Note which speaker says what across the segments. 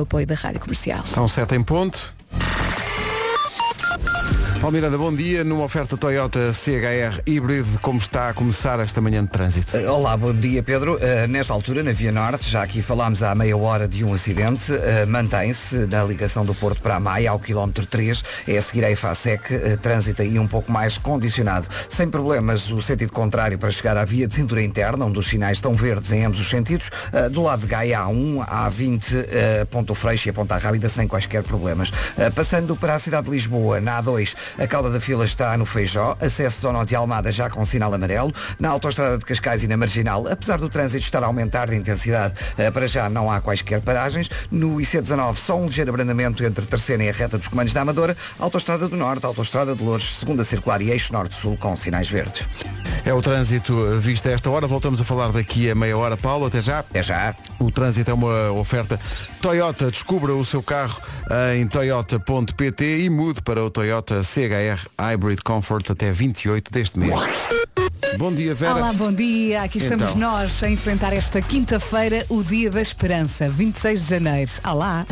Speaker 1: O apoio da Rádio Comercial.
Speaker 2: São sete em ponto. Paulo Miranda, bom dia. Numa oferta Toyota CHR híbrido, como está a começar esta manhã de trânsito?
Speaker 3: Eh, Olá, bom dia Pedro. Eh, nesta altura, na Via Norte, já aqui falámos há meia hora de um acidente, eh, mantém-se na ligação do Porto para a Maia, ao quilómetro 3, é a seguir a EFASEC, eh, trânsito aí um pouco mais condicionado. Sem problemas, o sentido contrário para chegar à via de cintura interna, onde os sinais estão verdes em ambos os sentidos, Eh, do lado de Gaia A1, A20, eh, Ponto Freixo e a Ponta Rábida, sem quaisquer problemas. Eh, passando para a cidade de Lisboa, na A2, a cauda da fila está no Feijó, acesso ao norte de Almada já com sinal amarelo, na autoestrada de Cascais e na Marginal, apesar do trânsito estar a aumentar de intensidade, eh, para já não há quaisquer paragens, no IC19 só um ligeiro abrandamento entre a terceira e a reta dos comandos da Amadora, autoestrada do Norte, autoestrada de Loures, segunda circular e eixo Norte-Sul com sinais verdes.
Speaker 2: É o trânsito eh, visto a esta hora. Voltamos a falar daqui a meia hora, Paulo. Até já.
Speaker 3: Até já!
Speaker 2: O trânsito é uma oferta Toyota. Descubra o seu carro em toyota.pt e mude para o Toyota CHR Hybrid Comfort até 28 deste mês. Bom dia, Vera.
Speaker 1: Olá, bom dia. Aqui estamos
Speaker 2: Então.
Speaker 1: nós a enfrentar esta quinta-feira, o Dia da Esperança, 26 de janeiro. Olá!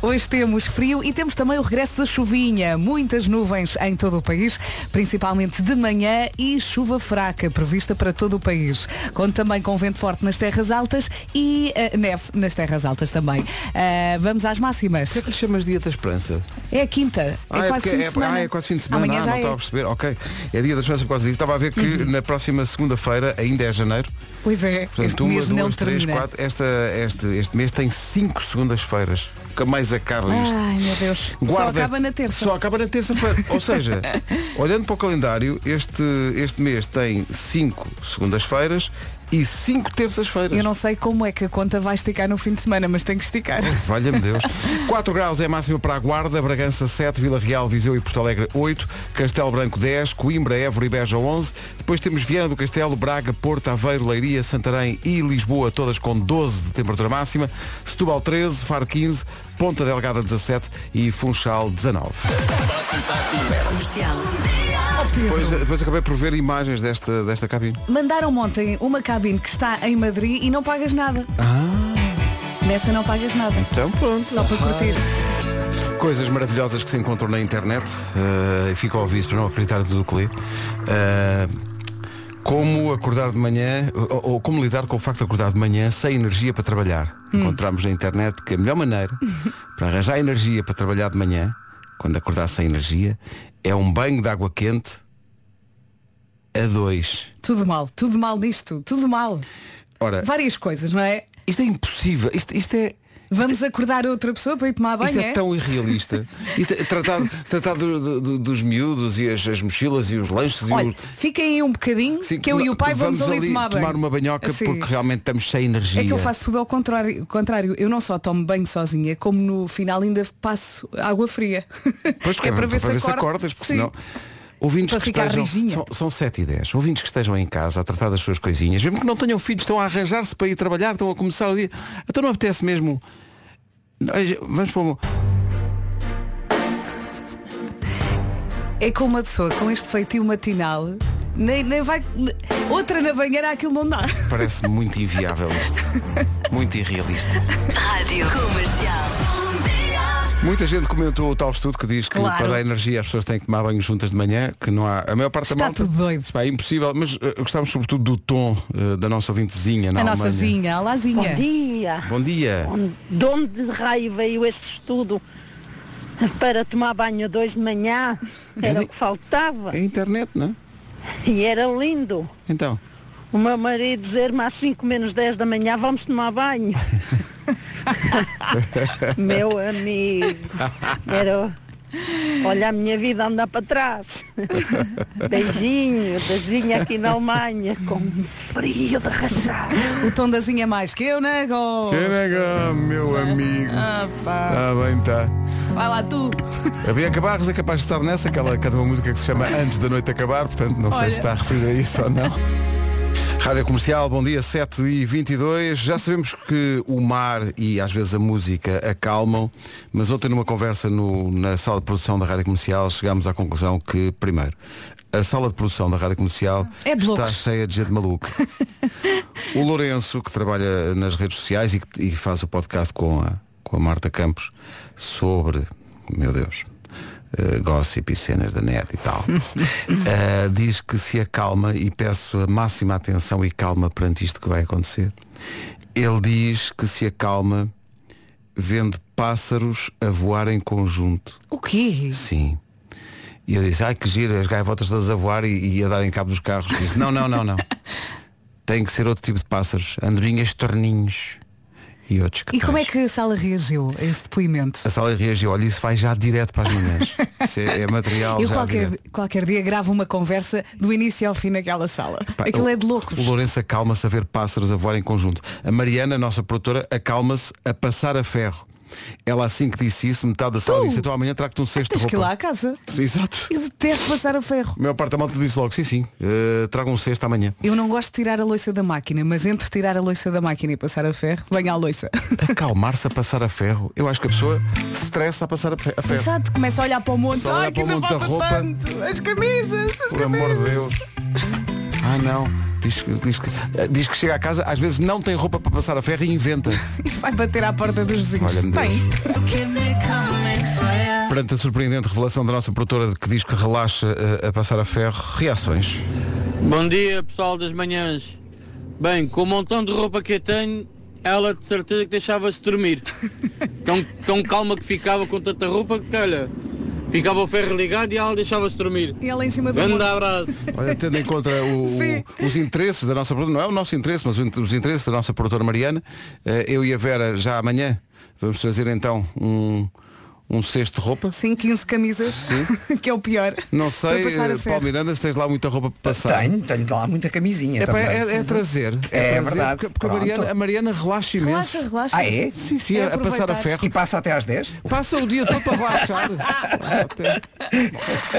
Speaker 1: Hoje temos frio e temos também o regresso da chuvinha. Muitas nuvens em todo o país, principalmente de manhã e chuva fraca prevista para todo o país. Conto também com vento forte nas terras altas e eh, neve nas terras altas também. Ah, vamos às máximas.
Speaker 2: O que é que lhe chamas Dia da Esperança?
Speaker 1: É a quinta.
Speaker 2: Ah,
Speaker 1: é, quase
Speaker 2: porque
Speaker 1: fim de
Speaker 2: é-
Speaker 1: semana.
Speaker 2: ah, é quase fim de semana.
Speaker 1: Amanhã
Speaker 2: ah,
Speaker 1: já
Speaker 2: não
Speaker 1: é. Uhum.
Speaker 2: estava a perceber. Ok. É Dia da Esperança por causa disso. Estava a ver que na próxima segunda-feira ainda é janeiro.
Speaker 1: Pois é, este
Speaker 2: Portanto, uma,
Speaker 1: mês não
Speaker 2: duas, três,
Speaker 1: termina.
Speaker 2: quatro. Esta, este, este mês tem cinco segundas-feiras. Nunca mais acaba isto.
Speaker 1: Ai, meu Deus. Ah, Só
Speaker 2: Guarda-
Speaker 1: acaba na terça.
Speaker 2: Só acaba na terça-feira. Ou seja, olhando para o calendário, este, este mês tem cinco segundas-feiras e cinco terças-feiras.
Speaker 1: Eu não sei como é que a conta vai esticar no fim de semana, mas tem que esticar.
Speaker 2: Valha-me Deus. 4 graus é máximo para a Guarda, Bragança 7, Vila Real, Viseu e Porto Alegre 8, Castelo Branco 10, Coimbra, Évora e Beja 11. Depois temos Viana do Castelo, Braga, Porto, Aveiro, Leiria, Santarém e Lisboa, todas com 12 de temperatura máxima. Setúbal 13, Faro 15, Ponta Delgada 17 e Funchal 19. Depois, depois acabei por ver imagens desta, desta cabine.
Speaker 1: Mandaram ontem uma cabine que está em Madrid e não pagas nada. Nessa não pagas nada.
Speaker 2: Então Ah. pronto. Ah.
Speaker 1: Só para curtir.
Speaker 2: Coisas maravilhosas que se encontram na internet eh, e fico ao aviso para não acreditar em tudo o que li. Eh, como acordar de manhã, ou, ou como lidar com o facto de acordar de manhã sem energia para trabalhar. Encontramos na internet que a melhor maneira para arranjar energia para trabalhar de manhã, quando acordar sem energia, é um banho de água quente a dois.
Speaker 1: Tudo mal, tudo mal disto, tudo mal.
Speaker 2: Ora,
Speaker 1: Várias coisas, não é?
Speaker 2: isto é impossível. Isto, isto é.
Speaker 1: Vamos acordar outra pessoa para ir tomar banho,
Speaker 2: Isto
Speaker 1: é?
Speaker 2: é tão irrealista. E tra- tratar, tratar do- do- dos miúdos e as, as mochilas e os lanches e
Speaker 1: Olha,
Speaker 2: os.
Speaker 1: fiquem aí um bocadinho
Speaker 2: Sim,
Speaker 1: que eu e o pai vamos, ali, tomar banho.
Speaker 2: uma banhoca
Speaker 1: Sim.
Speaker 2: porque realmente estamos sem energia.
Speaker 1: É que eu faço tudo ao contrário, contrário. Eu não só tomo banho sozinha, como no final ainda passo água fria.
Speaker 2: Pois,
Speaker 1: que é para ver se acorda.
Speaker 2: acordas, porque
Speaker 1: Sim.
Speaker 2: senão. Ouvintes
Speaker 1: Para
Speaker 2: que
Speaker 1: ficar
Speaker 2: estejam,
Speaker 1: rijinha.
Speaker 2: são, são 7 e 10 Ouvintes que estejam em casa a tratar das suas coisinhas Mesmo que não tenham filhos, estão a arranjar-se para ir trabalhar Estão a começar o dia Então não apetece mesmo Ai, Vamos para um- o...
Speaker 1: É com uma pessoa com este feitio matinal, nem, nem vai. Outra na banheira aquilo não dá.
Speaker 2: Parece muito inviável isto Muito irrealista
Speaker 4: Rádio Comercial.
Speaker 2: Muita gente comentou o tal estudo que diz que
Speaker 1: Claro.
Speaker 2: para dar energia as pessoas têm que tomar banho juntas de manhã, que não há. A maior parte
Speaker 1: Está
Speaker 2: da malta.
Speaker 1: tudo doido.
Speaker 2: Pá, é impossível, mas eh, gostávamos sobretudo do tom eh, da nossa ouvintezinha, na
Speaker 1: a nossa
Speaker 2: Alemanha.
Speaker 1: zinha, a
Speaker 5: Bom
Speaker 1: Lazinha.
Speaker 5: dia.
Speaker 2: Bom dia.
Speaker 5: Onde- De onde de raio veio esse estudo para tomar banho a dois de manhã? Era o que faltava
Speaker 2: É a internet, não é?
Speaker 5: e era lindo.
Speaker 2: Então.
Speaker 5: O meu marido dizer-me às 5 menos 10 da manhã vamos tomar banho. meu amigo. Era. Olha, a minha vida andar para trás. Beijinho, beijinho aqui na Alemanha, com um frio de rachar.
Speaker 1: O tom da zinha é mais que eu nego.
Speaker 2: Nega, é meu amigo.
Speaker 1: Ah, pá.
Speaker 2: Ah, bem, está.
Speaker 1: Vai lá tu.
Speaker 2: A Bianca Barros é capaz de estar nessa, aquela canta uma música que se chama Antes da Noite Acabar, portanto não sei
Speaker 1: Olha.
Speaker 2: se está a referir a isso ou não. Rádio Comercial, bom dia, 7 e 22 Já sabemos que o mar e às vezes a música acalmam, mas ontem numa conversa no- na sala de produção da Rádio Comercial chegámos à conclusão que, primeiro, a sala de produção da Rádio Comercial
Speaker 1: É de
Speaker 2: está
Speaker 1: loucos.
Speaker 2: cheia de gente maluca. o Lourenço, que trabalha nas redes sociais e, que, e faz o podcast com a, com com a Marta Campos sobre, meu Deus, eh, gossip e cenas da net e tal. Eh, diz que se acalma e peço a máxima atenção e calma perante isto que vai acontecer. Ele diz que se acalma vendo pássaros a voar em conjunto.
Speaker 1: O quê?
Speaker 2: Sim. E eu disse, ai que giro, as gaivotas todas a voar e, e a dar em cabo dos carros. Disse, não, não, não, não. Tem que ser outro tipo de pássaros. Andorinhas, torninhos e outros que
Speaker 1: E como é
Speaker 2: tais."
Speaker 1: que a sala reagiu a esse depoimento?
Speaker 2: A sala reagiu, olha, isso vai já direto para as manhãs. Isso é, é material.
Speaker 1: Eu
Speaker 2: já
Speaker 1: qualquer,
Speaker 2: direto.
Speaker 1: qualquer dia gravo uma conversa do início ao fim naquela sala.
Speaker 2: Pá,
Speaker 1: Aquilo
Speaker 2: o-
Speaker 1: é de loucos.
Speaker 2: O Lourenço acalma-se a ver pássaros a voar em conjunto. A Mariana, a nossa produtora, acalma-se a passar a ferro. Ela assim que disse isso, metade da sala
Speaker 1: Tu? Ah,
Speaker 2: disse, então amanhã trago-te um cesto
Speaker 1: Tens
Speaker 2: de
Speaker 1: que ir lá
Speaker 2: roupa.
Speaker 1: à casa.
Speaker 2: Exato.
Speaker 1: Eu detesto passar a ferro.
Speaker 2: A maior parte da malta disse logo, sim, sim, eh, trago um cesto amanhã.
Speaker 1: Eu não gosto de tirar a loiça da máquina, mas entre tirar a loiça da máquina e passar a ferro, venha à loiça.
Speaker 2: Acalmar-se a passar a ferro. Eu acho que a pessoa se estressa a passar a fe- a ferro.
Speaker 1: Exato, começa a olhar para o monte.
Speaker 2: Só olhar
Speaker 1: Ai, que
Speaker 2: para o
Speaker 1: ainda
Speaker 2: monte da
Speaker 1: falta
Speaker 2: roupa.
Speaker 1: tanto. As camisas, as
Speaker 2: Por amor de Deus. Ah não. Diz, que- diz que, eh, diz que chega a casa, às vezes não tem roupa para passar a ferro e inventa.
Speaker 1: E vai bater à porta dos vizinhos.
Speaker 2: Olha-me Deus.
Speaker 1: Bem,
Speaker 2: Perante a surpreendente revelação da nossa produtora de que diz que relaxa eh, a passar a ferro, reações.
Speaker 6: Bom dia pessoal das manhãs. Bem, com o montão de roupa que eu tenho, ela de certeza que deixava-se dormir. Tão, tão calma que ficava com tanta roupa que olha, ficava o ferro ligado e ela deixava-se dormir.
Speaker 1: e ela é em cima do
Speaker 6: Grande
Speaker 1: monte.
Speaker 6: abraço.
Speaker 2: Olha, tendo em conta o- o-
Speaker 1: Sim.
Speaker 2: os interesses da nossa produtora, não é o nosso interesse, mas o- os interesses da nossa produtora Mariana, eh, eu e a Vera já amanhã vamos trazer então um, um cesto de roupa.
Speaker 1: Sim, 15 camisas, que é o pior.
Speaker 2: Não
Speaker 1: Para
Speaker 2: sei,
Speaker 1: passar a
Speaker 2: eh,
Speaker 1: ferro.
Speaker 2: Paulo Miranda, se tens lá muita roupa para passar.
Speaker 3: Tenho, tenho lá muita camisinha
Speaker 2: É, pá,
Speaker 3: também.
Speaker 2: é- é trazer. trazer,
Speaker 3: É verdade,
Speaker 2: Porque, porque a,
Speaker 3: pronto.
Speaker 2: Mariana, a Mariana relaxa imenso.
Speaker 1: Relaxa, relaxa.
Speaker 3: Ah, é?
Speaker 2: Sim, sim,
Speaker 1: É
Speaker 2: a- a passar a
Speaker 1: aproveitar.
Speaker 2: ferro.
Speaker 3: E passa até às 10?
Speaker 2: Passa o dia todo para relaxar.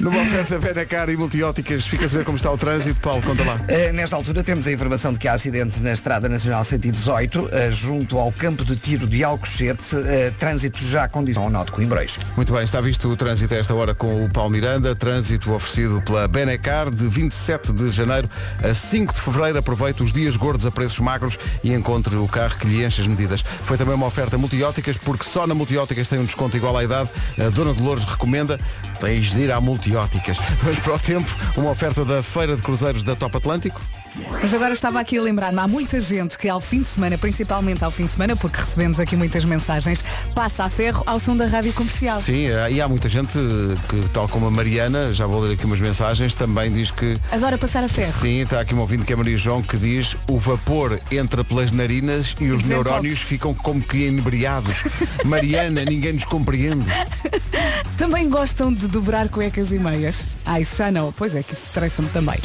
Speaker 2: Numa oferta Vera Cara e multióticas, fica a saber como está o trânsito, Paulo, conta lá.
Speaker 3: Eh, Nesta altura temos a informação de que há acidente na Estrada Nacional 118, eh, junto ao campo de tiro de Alcochete, eh, trânsito já condicionado ao nó de Coimbreiros.
Speaker 2: Muito bem, está visto o trânsito a esta hora com o Paulo Miranda, trânsito oferecido pela Benecar de 27 de janeiro a 5 de fevereiro. Aproveite os dias gordos a preços magros e encontre o carro que lhe enche as medidas. Foi também uma oferta multióticas, porque só na multióticas tem um desconto igual à idade. A Dona Dolores recomenda, tens de ir à multióticas. Mas para o tempo, uma oferta da Feira de Cruzeiros da Top Atlântico.
Speaker 1: Mas agora estava aqui a lembrar-me, há muita gente que ao fim de semana, principalmente ao fim de semana, porque recebemos aqui muitas mensagens, passa a ferro ao som da rádio comercial.
Speaker 2: Sim, eh, e há muita gente que, tal como a Mariana, já vou ler aqui umas mensagens, também diz que
Speaker 1: Adora passar a ferro.
Speaker 2: Sim, está aqui um ouvinte que é Maria João que diz o vapor entra pelas narinas e os
Speaker 1: Desenvolve.
Speaker 2: neurónios ficam como que inebriados. Mariana, ninguém nos compreende.
Speaker 1: Também gostam de dobrar cuecas e meias. Ah, isso já não. Pois é, que isso estressa-me também.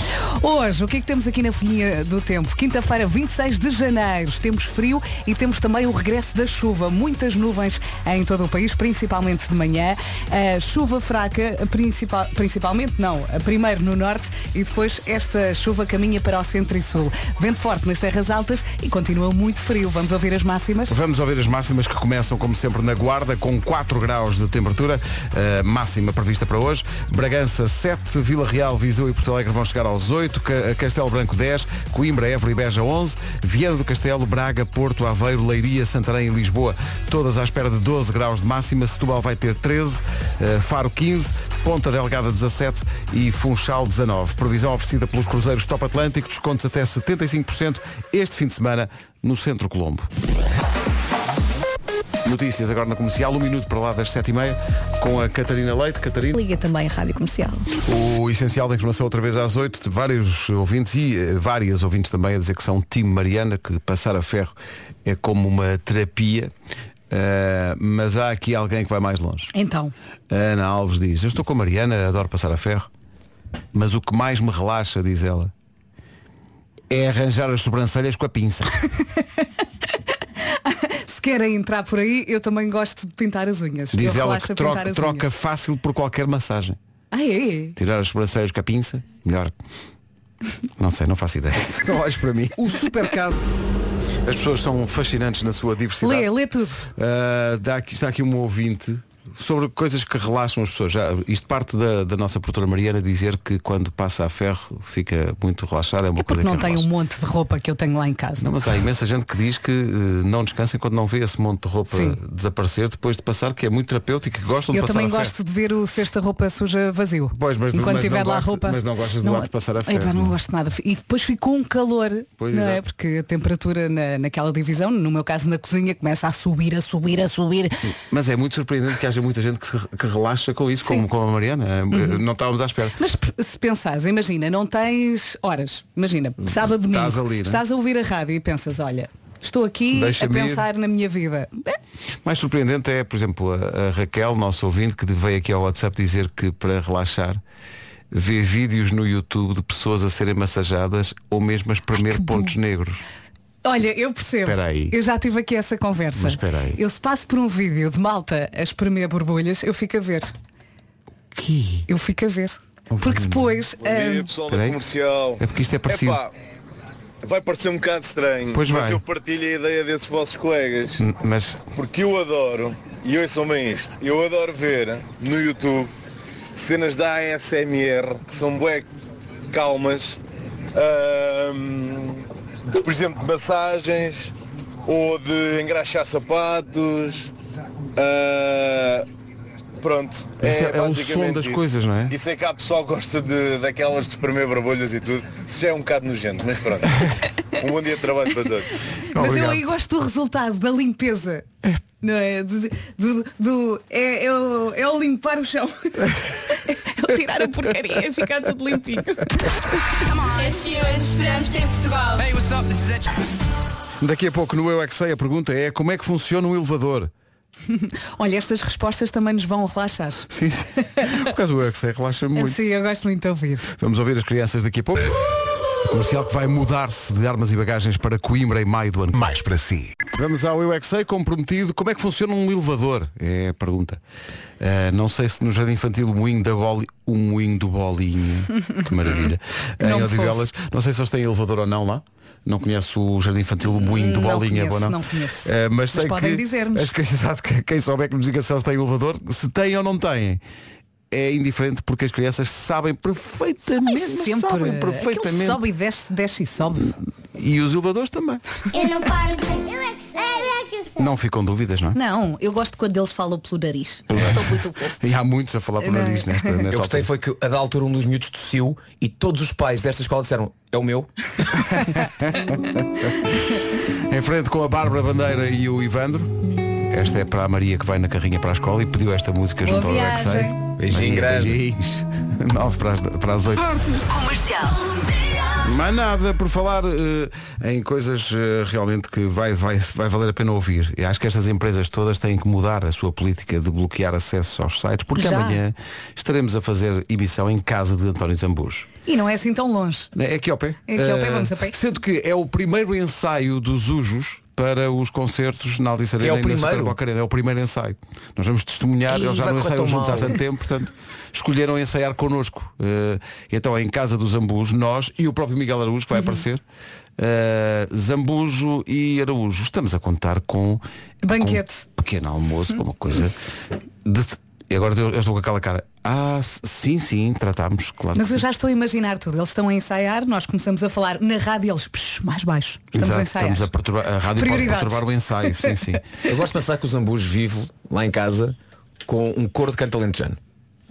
Speaker 1: Hoje, o que é que temos aqui na folhinha do tempo? Quinta-feira, 26 de janeiro. Temos frio e temos também o regresso da chuva. Muitas nuvens em todo o país, principalmente de manhã. Ah, chuva fraca, principal, principalmente, não, primeiro no norte e depois esta chuva caminha para o centro e sul. Vento forte nas terras altas e continua muito frio. Vamos ouvir as máximas?
Speaker 2: Vamos ouvir as máximas que começam, como sempre, na Guarda, com 4 graus de temperatura, eh, máxima prevista para hoje. Bragança 7, Vila Real, Viseu e Porto Alegre vão chegar aos 8, Ca- Castelo Branco 10, Coimbra, Évora e Beja 11, Viana do Castelo, Braga, Porto, Aveiro, Leiria, Santarém e Lisboa, todas à espera de 12 graus de máxima. Setúbal vai ter 13, eh, Faro 15, Ponta Delgada 17 e Funchal 19. Previsão oferecida pelos cruzeiros Top Atlântico, descontos até 75% este fim de semana no Centro Colombo. Notícias agora na comercial, um minuto para lá das sete e meia, com a Catarina Leite. Catarina,
Speaker 7: Liga também a Rádio Comercial.
Speaker 2: o essencial da informação outra vez às oito, de vários ouvintes e eh, várias ouvintes também a dizer que são time Mariana, que passar a ferro é como uma terapia. Eh, mas há aqui alguém que vai mais longe.
Speaker 1: Então,
Speaker 2: A Ana Alves diz, eu estou com a Mariana, adoro passar a ferro, mas o que mais me relaxa, diz ela, é arranjar as sobrancelhas com a pinça.
Speaker 1: se querem entrar por aí, eu também gosto de pintar as unhas.
Speaker 2: Diz ela
Speaker 1: eu relaxo
Speaker 2: que
Speaker 1: a pintar
Speaker 2: troca,
Speaker 1: as
Speaker 2: troca
Speaker 1: unhas.
Speaker 2: fácil por qualquer massagem.
Speaker 1: Ah, é?
Speaker 2: Tirar as sobrancelhas com a pinça? Melhor. Não sei, não faço ideia. Não olhes para mim. O supermercado. As pessoas são fascinantes na sua diversidade.
Speaker 1: Lê, lê tudo.
Speaker 2: Ah, dá aqui- está aqui um ouvinte sobre coisas que relaxam as pessoas. Já, isto parte da, da nossa produtora Mariana dizer que quando passa a ferro fica muito relaxada. É uma
Speaker 1: É
Speaker 2: coisa
Speaker 1: porque não um-
Speaker 2: que
Speaker 1: tenho um
Speaker 2: relaxa.
Speaker 1: monte de roupa que eu tenho lá em casa.
Speaker 2: Não, mas há imensa gente que diz que eh, não descansa enquanto não vê esse monte de roupa
Speaker 1: Sim.
Speaker 2: desaparecer depois de passar, que é muito terapêutico, que gostam de
Speaker 1: eu
Speaker 2: passar
Speaker 1: também
Speaker 2: a ferro.
Speaker 1: gosto de ver o cesta roupa suja vazio.
Speaker 2: Pois, mas-
Speaker 1: Enquanto
Speaker 2: mas
Speaker 1: tiver
Speaker 2: não
Speaker 1: lá
Speaker 2: gosto-
Speaker 1: a roupa.
Speaker 2: mas não gostas do ato de passar a
Speaker 1: Epá,
Speaker 2: ferro,
Speaker 1: não
Speaker 2: não. é?
Speaker 1: gosto nada. E depois fico um calor,
Speaker 2: Pois,
Speaker 1: não é?
Speaker 2: exato.
Speaker 1: Porque a temperatura na, naquela divisão, no meu caso na cozinha, começa a subir, a subir, a subir.
Speaker 2: Mas é muito surpreendente que haja muita gente que, se- que relaxa com isso, como, como a Mariana. Eh, Não estávamos à espera.
Speaker 1: Mas p- se pensares, imagina, não tens horas. Imagina, sábado domingo.
Speaker 2: Estás ali, né?
Speaker 1: estás a ouvir a rádio e pensas, olha, estou aqui
Speaker 2: Deixa-me
Speaker 1: a
Speaker 2: ir.
Speaker 1: pensar na minha vida. Eh,
Speaker 2: Mais surpreendente é, por exemplo, a, a Raquel, nosso ouvinte, que veio aqui ao WhatsApp dizer que para relaxar vê vídeos no YouTube de pessoas a serem massajadas ou mesmo a espremer pontos negros.
Speaker 1: Olha, eu percebo.
Speaker 2: Espera aí.
Speaker 1: Eu já tive aqui essa conversa.
Speaker 2: Mas espera aí.
Speaker 1: Eu se passo por um vídeo de malta a espremer borbulhas, eu fico a ver.
Speaker 2: Que?
Speaker 1: Eu fico a ver. Porque depois.
Speaker 7: Bom dia,
Speaker 1: ah,
Speaker 7: pessoal
Speaker 2: peraí.
Speaker 7: da comercial.
Speaker 2: É porque isto é parecido.
Speaker 7: Epá, vai parecer um bocado estranho,
Speaker 2: Pois
Speaker 7: mas
Speaker 2: vai.
Speaker 7: eu partilho a ideia desses vossos colegas,
Speaker 2: N- Mas
Speaker 7: porque eu adoro, e ouçam-me isto, eu adoro ver no YouTube cenas da ASMR que são bué calmas, ahm, de, por exemplo, de massagens ou de engraxar sapatos. ah, Pronto.
Speaker 2: Isto é- é o
Speaker 7: basicamente
Speaker 2: som das
Speaker 7: isso.
Speaker 2: coisas, não é?
Speaker 7: E sei que há pessoal que gosta de, daquelas de espremer barbolhas e tudo. Isso já é um bocado nojento, mas pronto. um bom dia de trabalho para todos.
Speaker 1: mas eu
Speaker 2: Obrigado.
Speaker 1: aí gosto do resultado, da limpeza. Não é? Do, do- do- é, é o, é o limpar o chão. é o tirar a porcaria e ficar tudo limpinho.
Speaker 8: Ed Sheeran, esperamos ter em Portugal.
Speaker 2: daqui a pouco no Eu é que sei a pergunta é como é que funciona um elevador?
Speaker 1: Olha, estas respostas também nos vão relaxar.
Speaker 2: Sim, sim. Por causa do Eu é que sei, relaxa
Speaker 1: É,
Speaker 2: muito.
Speaker 1: Sim, eu gosto muito de ouvir.
Speaker 2: Vamos ouvir as crianças daqui a pouco. Comercial que vai mudar-se de armas e bagagens para Coimbra em maio do ano.
Speaker 9: Mais para si.
Speaker 2: Vamos ao Eu é que sei, como prometido, como é que funciona um elevador? É a pergunta. Ah, não sei se no jardim infantil o moinho, da boli... o moinho do bolinho, que maravilha,
Speaker 1: Não
Speaker 2: em
Speaker 1: me
Speaker 2: Odivelas, não sei se eles têm elevador ou não lá. Não conheço o jardim infantil o moinho do
Speaker 1: Não
Speaker 2: bolinho, é
Speaker 1: conheço,
Speaker 2: bom, não?
Speaker 1: não conheço.
Speaker 2: Ah, mas
Speaker 1: Mas
Speaker 2: sei
Speaker 1: podem
Speaker 2: que
Speaker 1: dizer-nos.
Speaker 2: as crianças, exato, que- quem souber que nos diga se eles têm elevador, se têm ou não têm. É indiferente porque as crianças sabem perfeitamente, mas sabem
Speaker 1: Aquele
Speaker 2: perfeitamente.
Speaker 1: sobe e desce, desce e sobe.
Speaker 2: E os elevadores também.
Speaker 10: Eu não paro de. Eu é que sei, eu é que sei.
Speaker 2: Não ficam dúvidas, não é?
Speaker 1: Não, eu gosto quando eles falam pelo nariz. Sou muito fofo.
Speaker 2: E há muitos a falar por
Speaker 1: Não é?
Speaker 2: nariz nesta, nesta
Speaker 11: Eu gostei
Speaker 2: altura.
Speaker 11: foi que a da altura um dos miúdos tossiu e todos os pais desta escola disseram é o meu.
Speaker 2: Em frente com a Bárbara Bandeira e o Ivandro. Esta é para a Maria que vai na carrinha para a escola e pediu esta música
Speaker 1: Boa
Speaker 2: junto ao Rex.
Speaker 1: viagem.
Speaker 11: Beijinho grande.
Speaker 2: 9 para as, para as 8.
Speaker 4: Comercial.
Speaker 2: Mas nada, por falar eh, em coisas eh, realmente que vai, vai, vai valer a pena ouvir. Eu acho que estas empresas todas têm que mudar a sua política de bloquear acesso aos sites, porque
Speaker 1: Já.
Speaker 2: amanhã estaremos a fazer emissão em casa de António Zambujo.
Speaker 1: E não é assim tão longe.
Speaker 2: É aqui ao pé.
Speaker 1: É aqui ao pé,
Speaker 2: Eh,
Speaker 1: vamos a pé.
Speaker 2: Sendo que é o primeiro ensaio dos Ujos para os concertos na Altice Arena
Speaker 11: É o
Speaker 2: e na
Speaker 11: primeiro?
Speaker 2: Super Boca Arena. É o primeiro ensaio. Nós vamos testemunhar,
Speaker 11: Ih,
Speaker 2: eles já
Speaker 11: vai
Speaker 2: não
Speaker 11: correr tão
Speaker 2: ensaiam juntos há
Speaker 11: mal.
Speaker 2: tanto tempo, portanto, escolheram ensaiar connosco. Eh, então é em casa do Zambujo, nós e o próprio Miguel Araújo, que vai
Speaker 1: Uhum.
Speaker 2: aparecer. Eh, Zambujo e Araújo. Estamos a contar com
Speaker 1: Banquete. Uhum.
Speaker 2: com um pequeno almoço, uma coisa. de- E agora eu eu estou com aquela cara. Ah, s- sim, sim, tratámos, claro.
Speaker 1: Mas
Speaker 2: que
Speaker 1: eu
Speaker 2: sim.
Speaker 1: já estou a imaginar tudo. Eles estão a ensaiar, nós começamos a falar na rádio, eles "Psh, mais baixo. Estamos
Speaker 2: Exato,
Speaker 1: a ensaiar.
Speaker 2: Estamos a perturbar, a rádio pode
Speaker 1: Prioridades.
Speaker 2: perturbar o ensaio, sim, É sim.
Speaker 11: Eu gosto de pensar que o Zambus vive lá em casa com um coro de cantalentejano.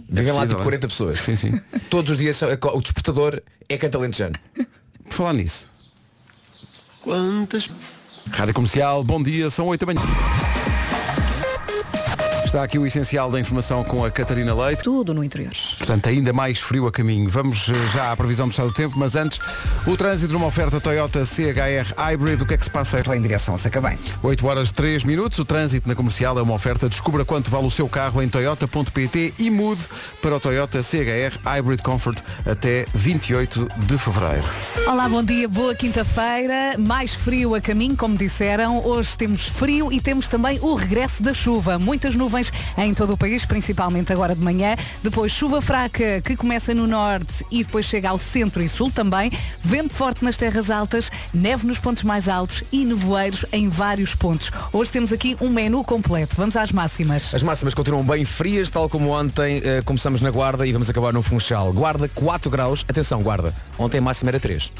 Speaker 11: Vivem lá
Speaker 2: possível,
Speaker 11: tipo
Speaker 2: é?
Speaker 11: 40 pessoas.
Speaker 2: Sim, sim.
Speaker 11: Todos os dias são- o despertador é cantalentejano.
Speaker 2: Por falar nisso.
Speaker 9: Quantas
Speaker 2: Rádio Comercial, bom dia, são 8 da manhã. Está aqui o essencial da informação com a Catarina Leite.
Speaker 1: Tudo no interior.
Speaker 2: Portanto, ainda mais frio a caminho. Vamos eh, já à previsão do estado do tempo, mas antes, o trânsito numa oferta Toyota CHR Hybrid. O que é que se passa aí?
Speaker 3: Vai em direção a Sacabém.
Speaker 2: 8 horas 3 minutos, o trânsito na comercial é uma oferta. Descubra quanto vale o seu carro em toyota.pt e mude para o Toyota CHR Hybrid Comfort até 28 de fevereiro.
Speaker 1: Olá, bom dia, boa quinta-feira. Mais frio a caminho, como disseram. Hoje temos frio e temos também o regresso da chuva. Muitas nuvens nuvens em todo o país, principalmente agora de manhã. Depois chuva fraca que começa no norte e depois chega ao centro e sul também. Vento forte nas terras altas, neve nos pontos mais altos e nevoeiros em vários pontos. Hoje temos aqui um menu completo. Vamos às máximas.
Speaker 11: As máximas continuam bem frias, tal como ontem eh, começamos na Guarda e vamos acabar no Funchal. Guarda 4 graus. Atenção, Guarda. Ontem a máxima era 3.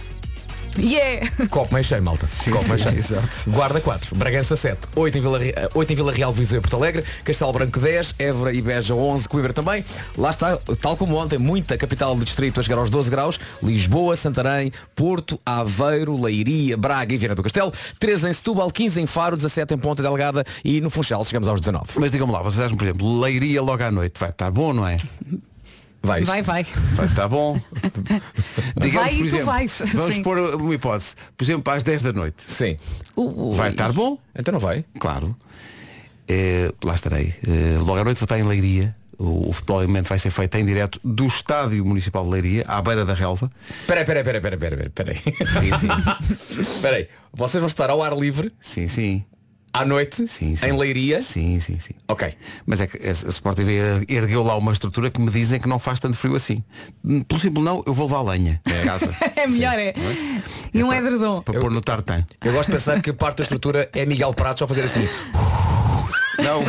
Speaker 1: Yeah!
Speaker 11: Copo meio cheio, malta. Copo meio
Speaker 2: sim,
Speaker 11: cheio.
Speaker 2: exato.
Speaker 11: Guarda 4, Bragança 7, 8 em, Vila, Re- eh, 8 em Vila Real, Viseu e Porto Alegre, Castelo Branco 10, Évora e Beja 11, Coimbra também. Lá está, tal como ontem, muita capital de distrito a chegar aos 12 graus, Lisboa, Santarém, Porto, Aveiro, Leiria, Braga e Viana do Castelo, 13 em Setúbal, 15 em Faro, 17 em Ponta Delgada e no Funchal chegamos aos 19.
Speaker 2: Mas digam-me lá, vocês acham, por exemplo, leiria logo à noite. Vai estar bom, não é?
Speaker 11: Vais.
Speaker 1: Vai, vai.
Speaker 2: Vai estar tá bom. Digamos,
Speaker 1: Vai e
Speaker 2: por
Speaker 1: tu
Speaker 2: exemplo,
Speaker 1: vais.
Speaker 2: Vamos
Speaker 1: Sim.
Speaker 2: pôr uma hipótese. Por exemplo, às 10 da noite.
Speaker 11: Sim.
Speaker 1: Uh,
Speaker 2: Vai estar bom?
Speaker 11: Então não vai.
Speaker 2: Claro. Eh, lá estarei. Eh, logo à noite vou estar em Leiria. O, o futebol obviamente, vai ser feito em direto do Estádio Municipal de Leiria, à beira da relva.
Speaker 11: Peraí, peraí, peraí, peraí, peraí, peraí.
Speaker 2: Sim, sim.
Speaker 11: Peraí. Vocês vão estar ao ar livre,
Speaker 2: sim, sim.
Speaker 11: à noite,
Speaker 2: Sim, sim.
Speaker 11: em Leiria.
Speaker 2: Sim, sim, sim.
Speaker 11: Ok.
Speaker 2: Mas é que a a Sport TV ergueu lá uma estrutura que me dizem que não faz tanto frio assim. Pelo simples não, eu vou levar lenha em casa.
Speaker 1: É melhor, é. E um edredom.
Speaker 2: Para pôr no tartan.
Speaker 11: Eu gosto de pensar que parte da estrutura é Miguel Pratos só fazer assim.
Speaker 2: Não.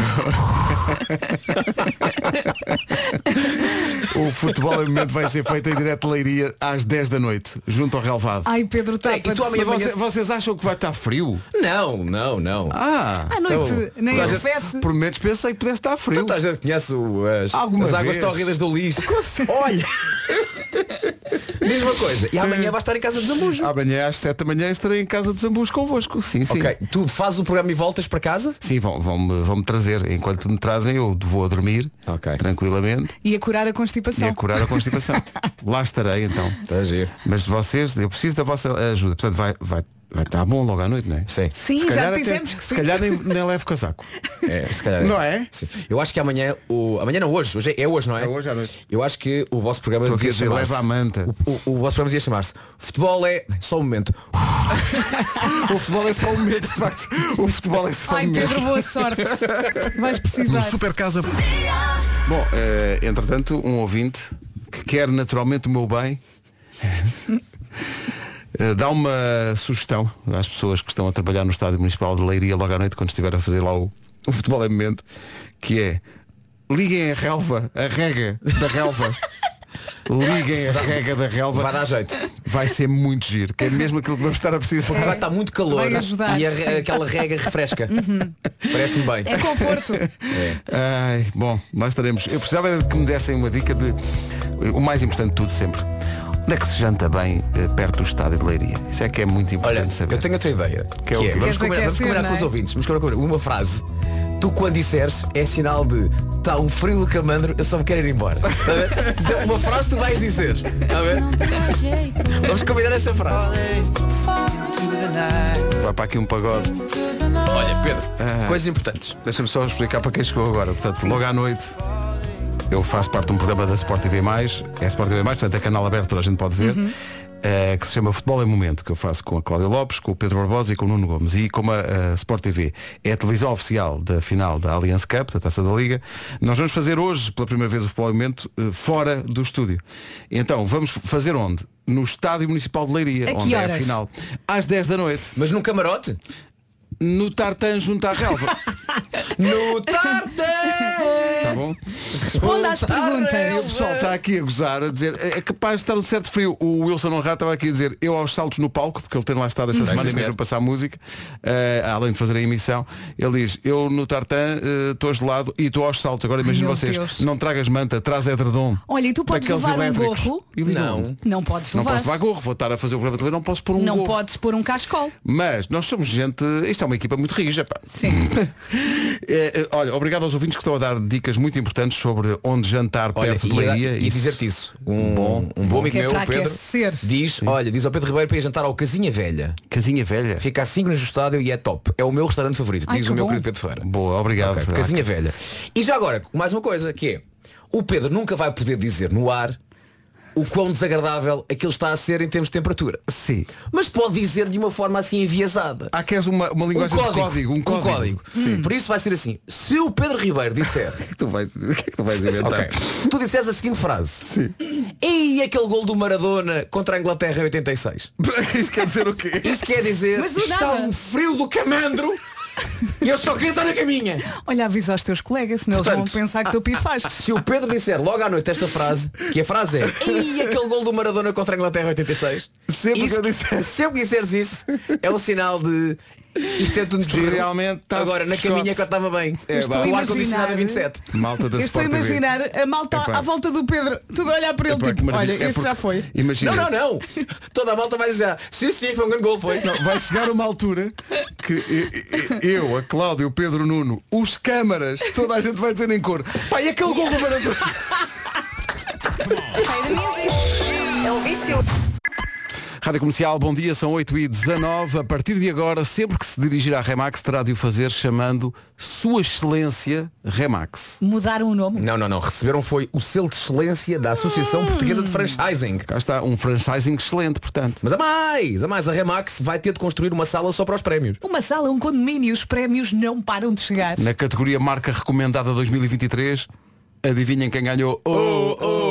Speaker 2: o futebol em momento vai ser feito em direto de leiria às 10 da noite, junto ao relvado.
Speaker 1: Ai, Pedro, está
Speaker 11: Ei, e tu
Speaker 1: para-
Speaker 11: amanhã-
Speaker 2: Mas você- vocês acham que vai estar frio?
Speaker 11: Não, não, não.
Speaker 2: Ah!
Speaker 1: À noite,
Speaker 11: Então,
Speaker 1: nem
Speaker 11: toda a gente-
Speaker 1: arrefece.
Speaker 2: Por menos pensei que pudesse estar frio.
Speaker 11: Tanta gente conhece o- as,
Speaker 2: Alguma
Speaker 11: as águas
Speaker 2: vez.
Speaker 11: torridas do lixo. Olha! Diz uma coisa, e amanhã vai estar em casa de Zambujo.
Speaker 2: Amanhã às 7 da manhã estarei em casa de Zambus convosco. Sim, sim.
Speaker 11: Ok, tu fazes o programa e voltas para casa?
Speaker 2: Sim, vão- vão-me vão -me trazer. Enquanto me trazem, eu vou a dormir
Speaker 11: Ok.
Speaker 2: tranquilamente
Speaker 1: E a curar a
Speaker 2: e
Speaker 1: constipação.
Speaker 2: a curar a constipação. Lá estarei então.
Speaker 11: Está a giro.
Speaker 2: Mas vocês, eu preciso da vossa ajuda. Portanto, vai, vai, vai estar bom logo à noite, não é?
Speaker 11: Sim.
Speaker 1: Sim,
Speaker 2: Se
Speaker 1: já
Speaker 2: calhar
Speaker 1: te
Speaker 2: até-
Speaker 1: dissemos que
Speaker 2: Se
Speaker 1: sim.
Speaker 2: calhar nem, nem levo casaco.
Speaker 11: É, se calhar
Speaker 2: Não é?
Speaker 11: Sim. Eu acho que amanhã, o... amanhã não, hoje, hoje é, é hoje, não é?
Speaker 2: É hoje à noite.
Speaker 11: Eu acho que o vosso programa
Speaker 2: Estou aqui
Speaker 11: devia
Speaker 2: a dizer,
Speaker 11: chamar-se-
Speaker 2: leva a manta.
Speaker 11: O, o- o vosso programa devia chamar-se Futebol é. Só um momento.
Speaker 2: O futebol é só um medo, de facto. O futebol é só
Speaker 1: Ai,
Speaker 2: um medo.
Speaker 1: Pedro, boa sorte. Vais precisar.
Speaker 2: No Super Casa. Bom, eh, entretanto, um ouvinte que quer naturalmente o meu bem eh, dá uma sugestão às pessoas que estão a trabalhar no Estádio Municipal de Leiria logo à noite quando estiver a fazer lá o, o futebol em momento, que é liguem a relva, a rega da relva. Liguem a rega da relva.
Speaker 11: um Vai dar jeito.
Speaker 2: Vai ser muito giro, que é mesmo aquilo que vamos estar a precisar.
Speaker 11: Apesar que está muito calor
Speaker 1: Vai ajudar,
Speaker 11: e a-
Speaker 1: sim.
Speaker 11: aquela rega refresca. Parece-me bem.
Speaker 1: É conforto.
Speaker 2: Ai, bom, lá estaremos. Eu precisava era que me dessem uma dica de o mais importante de tudo sempre. Onde é que se janta bem eh, perto do estádio de Leiria? Isso é que é muito importante
Speaker 11: Olha,
Speaker 2: saber.
Speaker 11: eu tenho outra ideia.
Speaker 2: Que é o quê?
Speaker 11: vamos combinar,
Speaker 1: Queres
Speaker 11: vamos
Speaker 1: aquecer,
Speaker 11: combinar
Speaker 1: não
Speaker 11: com os
Speaker 1: é?
Speaker 11: ouvintes, vamos combinar com uma frase. Tu quando disseres é sinal de está um frio do camandro, eu só me quero ir embora. Tá a ver? Então, uma frase tu vais dizer. Tá a ver? Vamos combinar essa frase.
Speaker 2: Vai para aqui um pagode.
Speaker 11: Olha, Pedro, coisas importantes.
Speaker 2: Deixa-me só explicar para quem chegou agora. Portanto, logo à noite eu faço parte de um programa da Sport TV+, é Sport TV+, portanto é canal aberto, toda a gente pode
Speaker 1: Uhum.
Speaker 2: ver, eh, que se chama Futebol em Momento, que eu faço com a Cláudia Lopes, com o Pedro Barbosa e com o Nuno Gomes. E como a, a Sport TV é a televisão oficial da final da Allianz Cup, da Taça da Liga, nós vamos fazer hoje, pela primeira vez, o Futebol em Momento eh, fora do estúdio. Então, vamos fazer onde? No Estádio Municipal de Leiria,
Speaker 1: A que
Speaker 2: onde é a
Speaker 1: horas?
Speaker 2: final. Às 10 da noite,
Speaker 11: Mas num camarote?
Speaker 2: no Tartan junto à relva.
Speaker 11: No tartan!
Speaker 2: Tá bom?
Speaker 1: Responda às
Speaker 2: E o
Speaker 1: perguntas.
Speaker 2: pessoal está aqui a gozar, a dizer, é capaz de estar um certo frio. O Wilson Honrado estava aqui a dizer, eu aos saltos no palco, porque ele tem lá estado esta semana
Speaker 11: sim,
Speaker 2: mesmo
Speaker 1: é.
Speaker 11: senhor.
Speaker 2: a passar música, eh, além de fazer a emissão, ele diz, eu no tartan eh, estou gelado e estou aos saltos. Agora imagino
Speaker 1: meu
Speaker 2: vocês,
Speaker 1: Deus.
Speaker 2: não tragas manta, traz edredom.
Speaker 1: Olha, e tu podes
Speaker 2: Daqueles
Speaker 1: levar um
Speaker 2: elétricos.
Speaker 1: gorro?
Speaker 2: E ligam.
Speaker 11: Hum? Não.
Speaker 1: Não podes
Speaker 2: Não
Speaker 1: levar.
Speaker 2: posso levar gorro, vou estar a fazer o programa de televisão, não posso pôr um
Speaker 1: Não
Speaker 2: gorro.
Speaker 1: podes pôr um cascol.
Speaker 2: Mas nós somos gente, isto é uma equipa muito rija. Pá.
Speaker 1: Sim.
Speaker 2: Eh, eh, olha, obrigado aos ouvintes que estão a dar dicas muito importantes sobre onde jantar
Speaker 11: Olha,
Speaker 2: perto de
Speaker 11: e,
Speaker 2: Leiria.
Speaker 11: era- e dizer-te isso. Um bom, um bom amigo
Speaker 1: Que é
Speaker 11: meu,
Speaker 1: para
Speaker 11: o Pedro,
Speaker 1: aquecer.
Speaker 11: diz, olha, diz ao Pedro Ribeiro para ir jantar ao Casinha Velha.
Speaker 2: Casinha velha.
Speaker 11: Fica a 5 no estádio e é top. É o meu restaurante favorito,
Speaker 2: Ah,
Speaker 1: Ai,
Speaker 11: diz
Speaker 1: que
Speaker 11: o meu
Speaker 1: bom.
Speaker 11: querido Pedro Ferreira.
Speaker 2: Boa, obrigado.
Speaker 11: Ok, casinha velha. E já agora, mais uma coisa, que é, o Pedro nunca vai poder dizer no ar o quão desagradável aquilo está a ser em termos de temperatura.
Speaker 2: Sim.
Speaker 11: Mas pode dizer de uma forma assim enviesada.
Speaker 2: Há queres uma, uma linguagem de código, um código. Sim.
Speaker 11: Por isso vai ser assim. Se o Pedro Ribeiro disser.
Speaker 2: Tu vais, o que é que tu vais inventar?
Speaker 11: Ok. Se tu disseres a seguinte frase.
Speaker 2: Sim.
Speaker 11: E aquele gol do Maradona contra a Inglaterra em 86.
Speaker 2: Isso quer dizer o quê?
Speaker 11: Isso quer dizer
Speaker 1: Mas do
Speaker 11: está
Speaker 1: nada.
Speaker 11: um frio do camandro e eu só queria estar na caminha.
Speaker 1: Olha, avisa aos teus colegas, senão eles vão
Speaker 11: Portanto, ah,
Speaker 1: pensar que tu pifaste.
Speaker 11: Se o Pedro disser logo à noite esta frase, que a frase é e aquele gol do Maradona contra a Inglaterra em 86.
Speaker 2: Sempre que
Speaker 11: isso,
Speaker 2: eu disser.
Speaker 11: sempre que disseres isso, é um sinal de isto é tudo
Speaker 2: Isto
Speaker 11: giro.
Speaker 2: realmente está
Speaker 11: Agora na
Speaker 2: Scott.
Speaker 11: caminha que eu estava bem.
Speaker 2: É, vá.
Speaker 11: Estou com o
Speaker 1: Estou a
Speaker 11: ar-condicionado a
Speaker 1: imaginar.
Speaker 11: 27.
Speaker 2: Malta da
Speaker 1: Eu estou a
Speaker 2: Sport TV.
Speaker 1: imaginar a malta
Speaker 2: Epá.
Speaker 1: à volta do Pedro, tudo a olhar para ele,
Speaker 2: Epá, que
Speaker 1: tipo, olha,
Speaker 2: maravilha. É
Speaker 1: este
Speaker 2: porque-
Speaker 1: já foi.
Speaker 2: Imagina.
Speaker 11: Não, não, não. Toda a volta vai dizer, ah, sim, sim, foi um grande gol, foi.
Speaker 2: Não, vai chegar uma altura que e- e- eu, a Cláudia, o Pedro Nuno, os câmaras, toda a gente vai dizer em cor. Pá, e aquele gol do Maradona?
Speaker 4: É um vício.
Speaker 2: Rádio Comercial, bom dia, são 8 e 19 A partir de agora, sempre que se dirigir à Remax, terá de o fazer chamando Sua Excelência Remax.
Speaker 1: Mudaram o nome.
Speaker 11: Não, não, não. Receberam foi o selo de excelência da Associação Portuguesa de Franchising.
Speaker 2: Cá está, um franchising excelente, portanto.
Speaker 11: Mas é a mais, a mais, a Remax vai ter de construir uma sala só para os prémios.
Speaker 1: Uma sala, um condomínio, os prémios não param de chegar.
Speaker 2: Na categoria Marca Recomendada 2023, adivinhem quem ganhou. Oh, oh.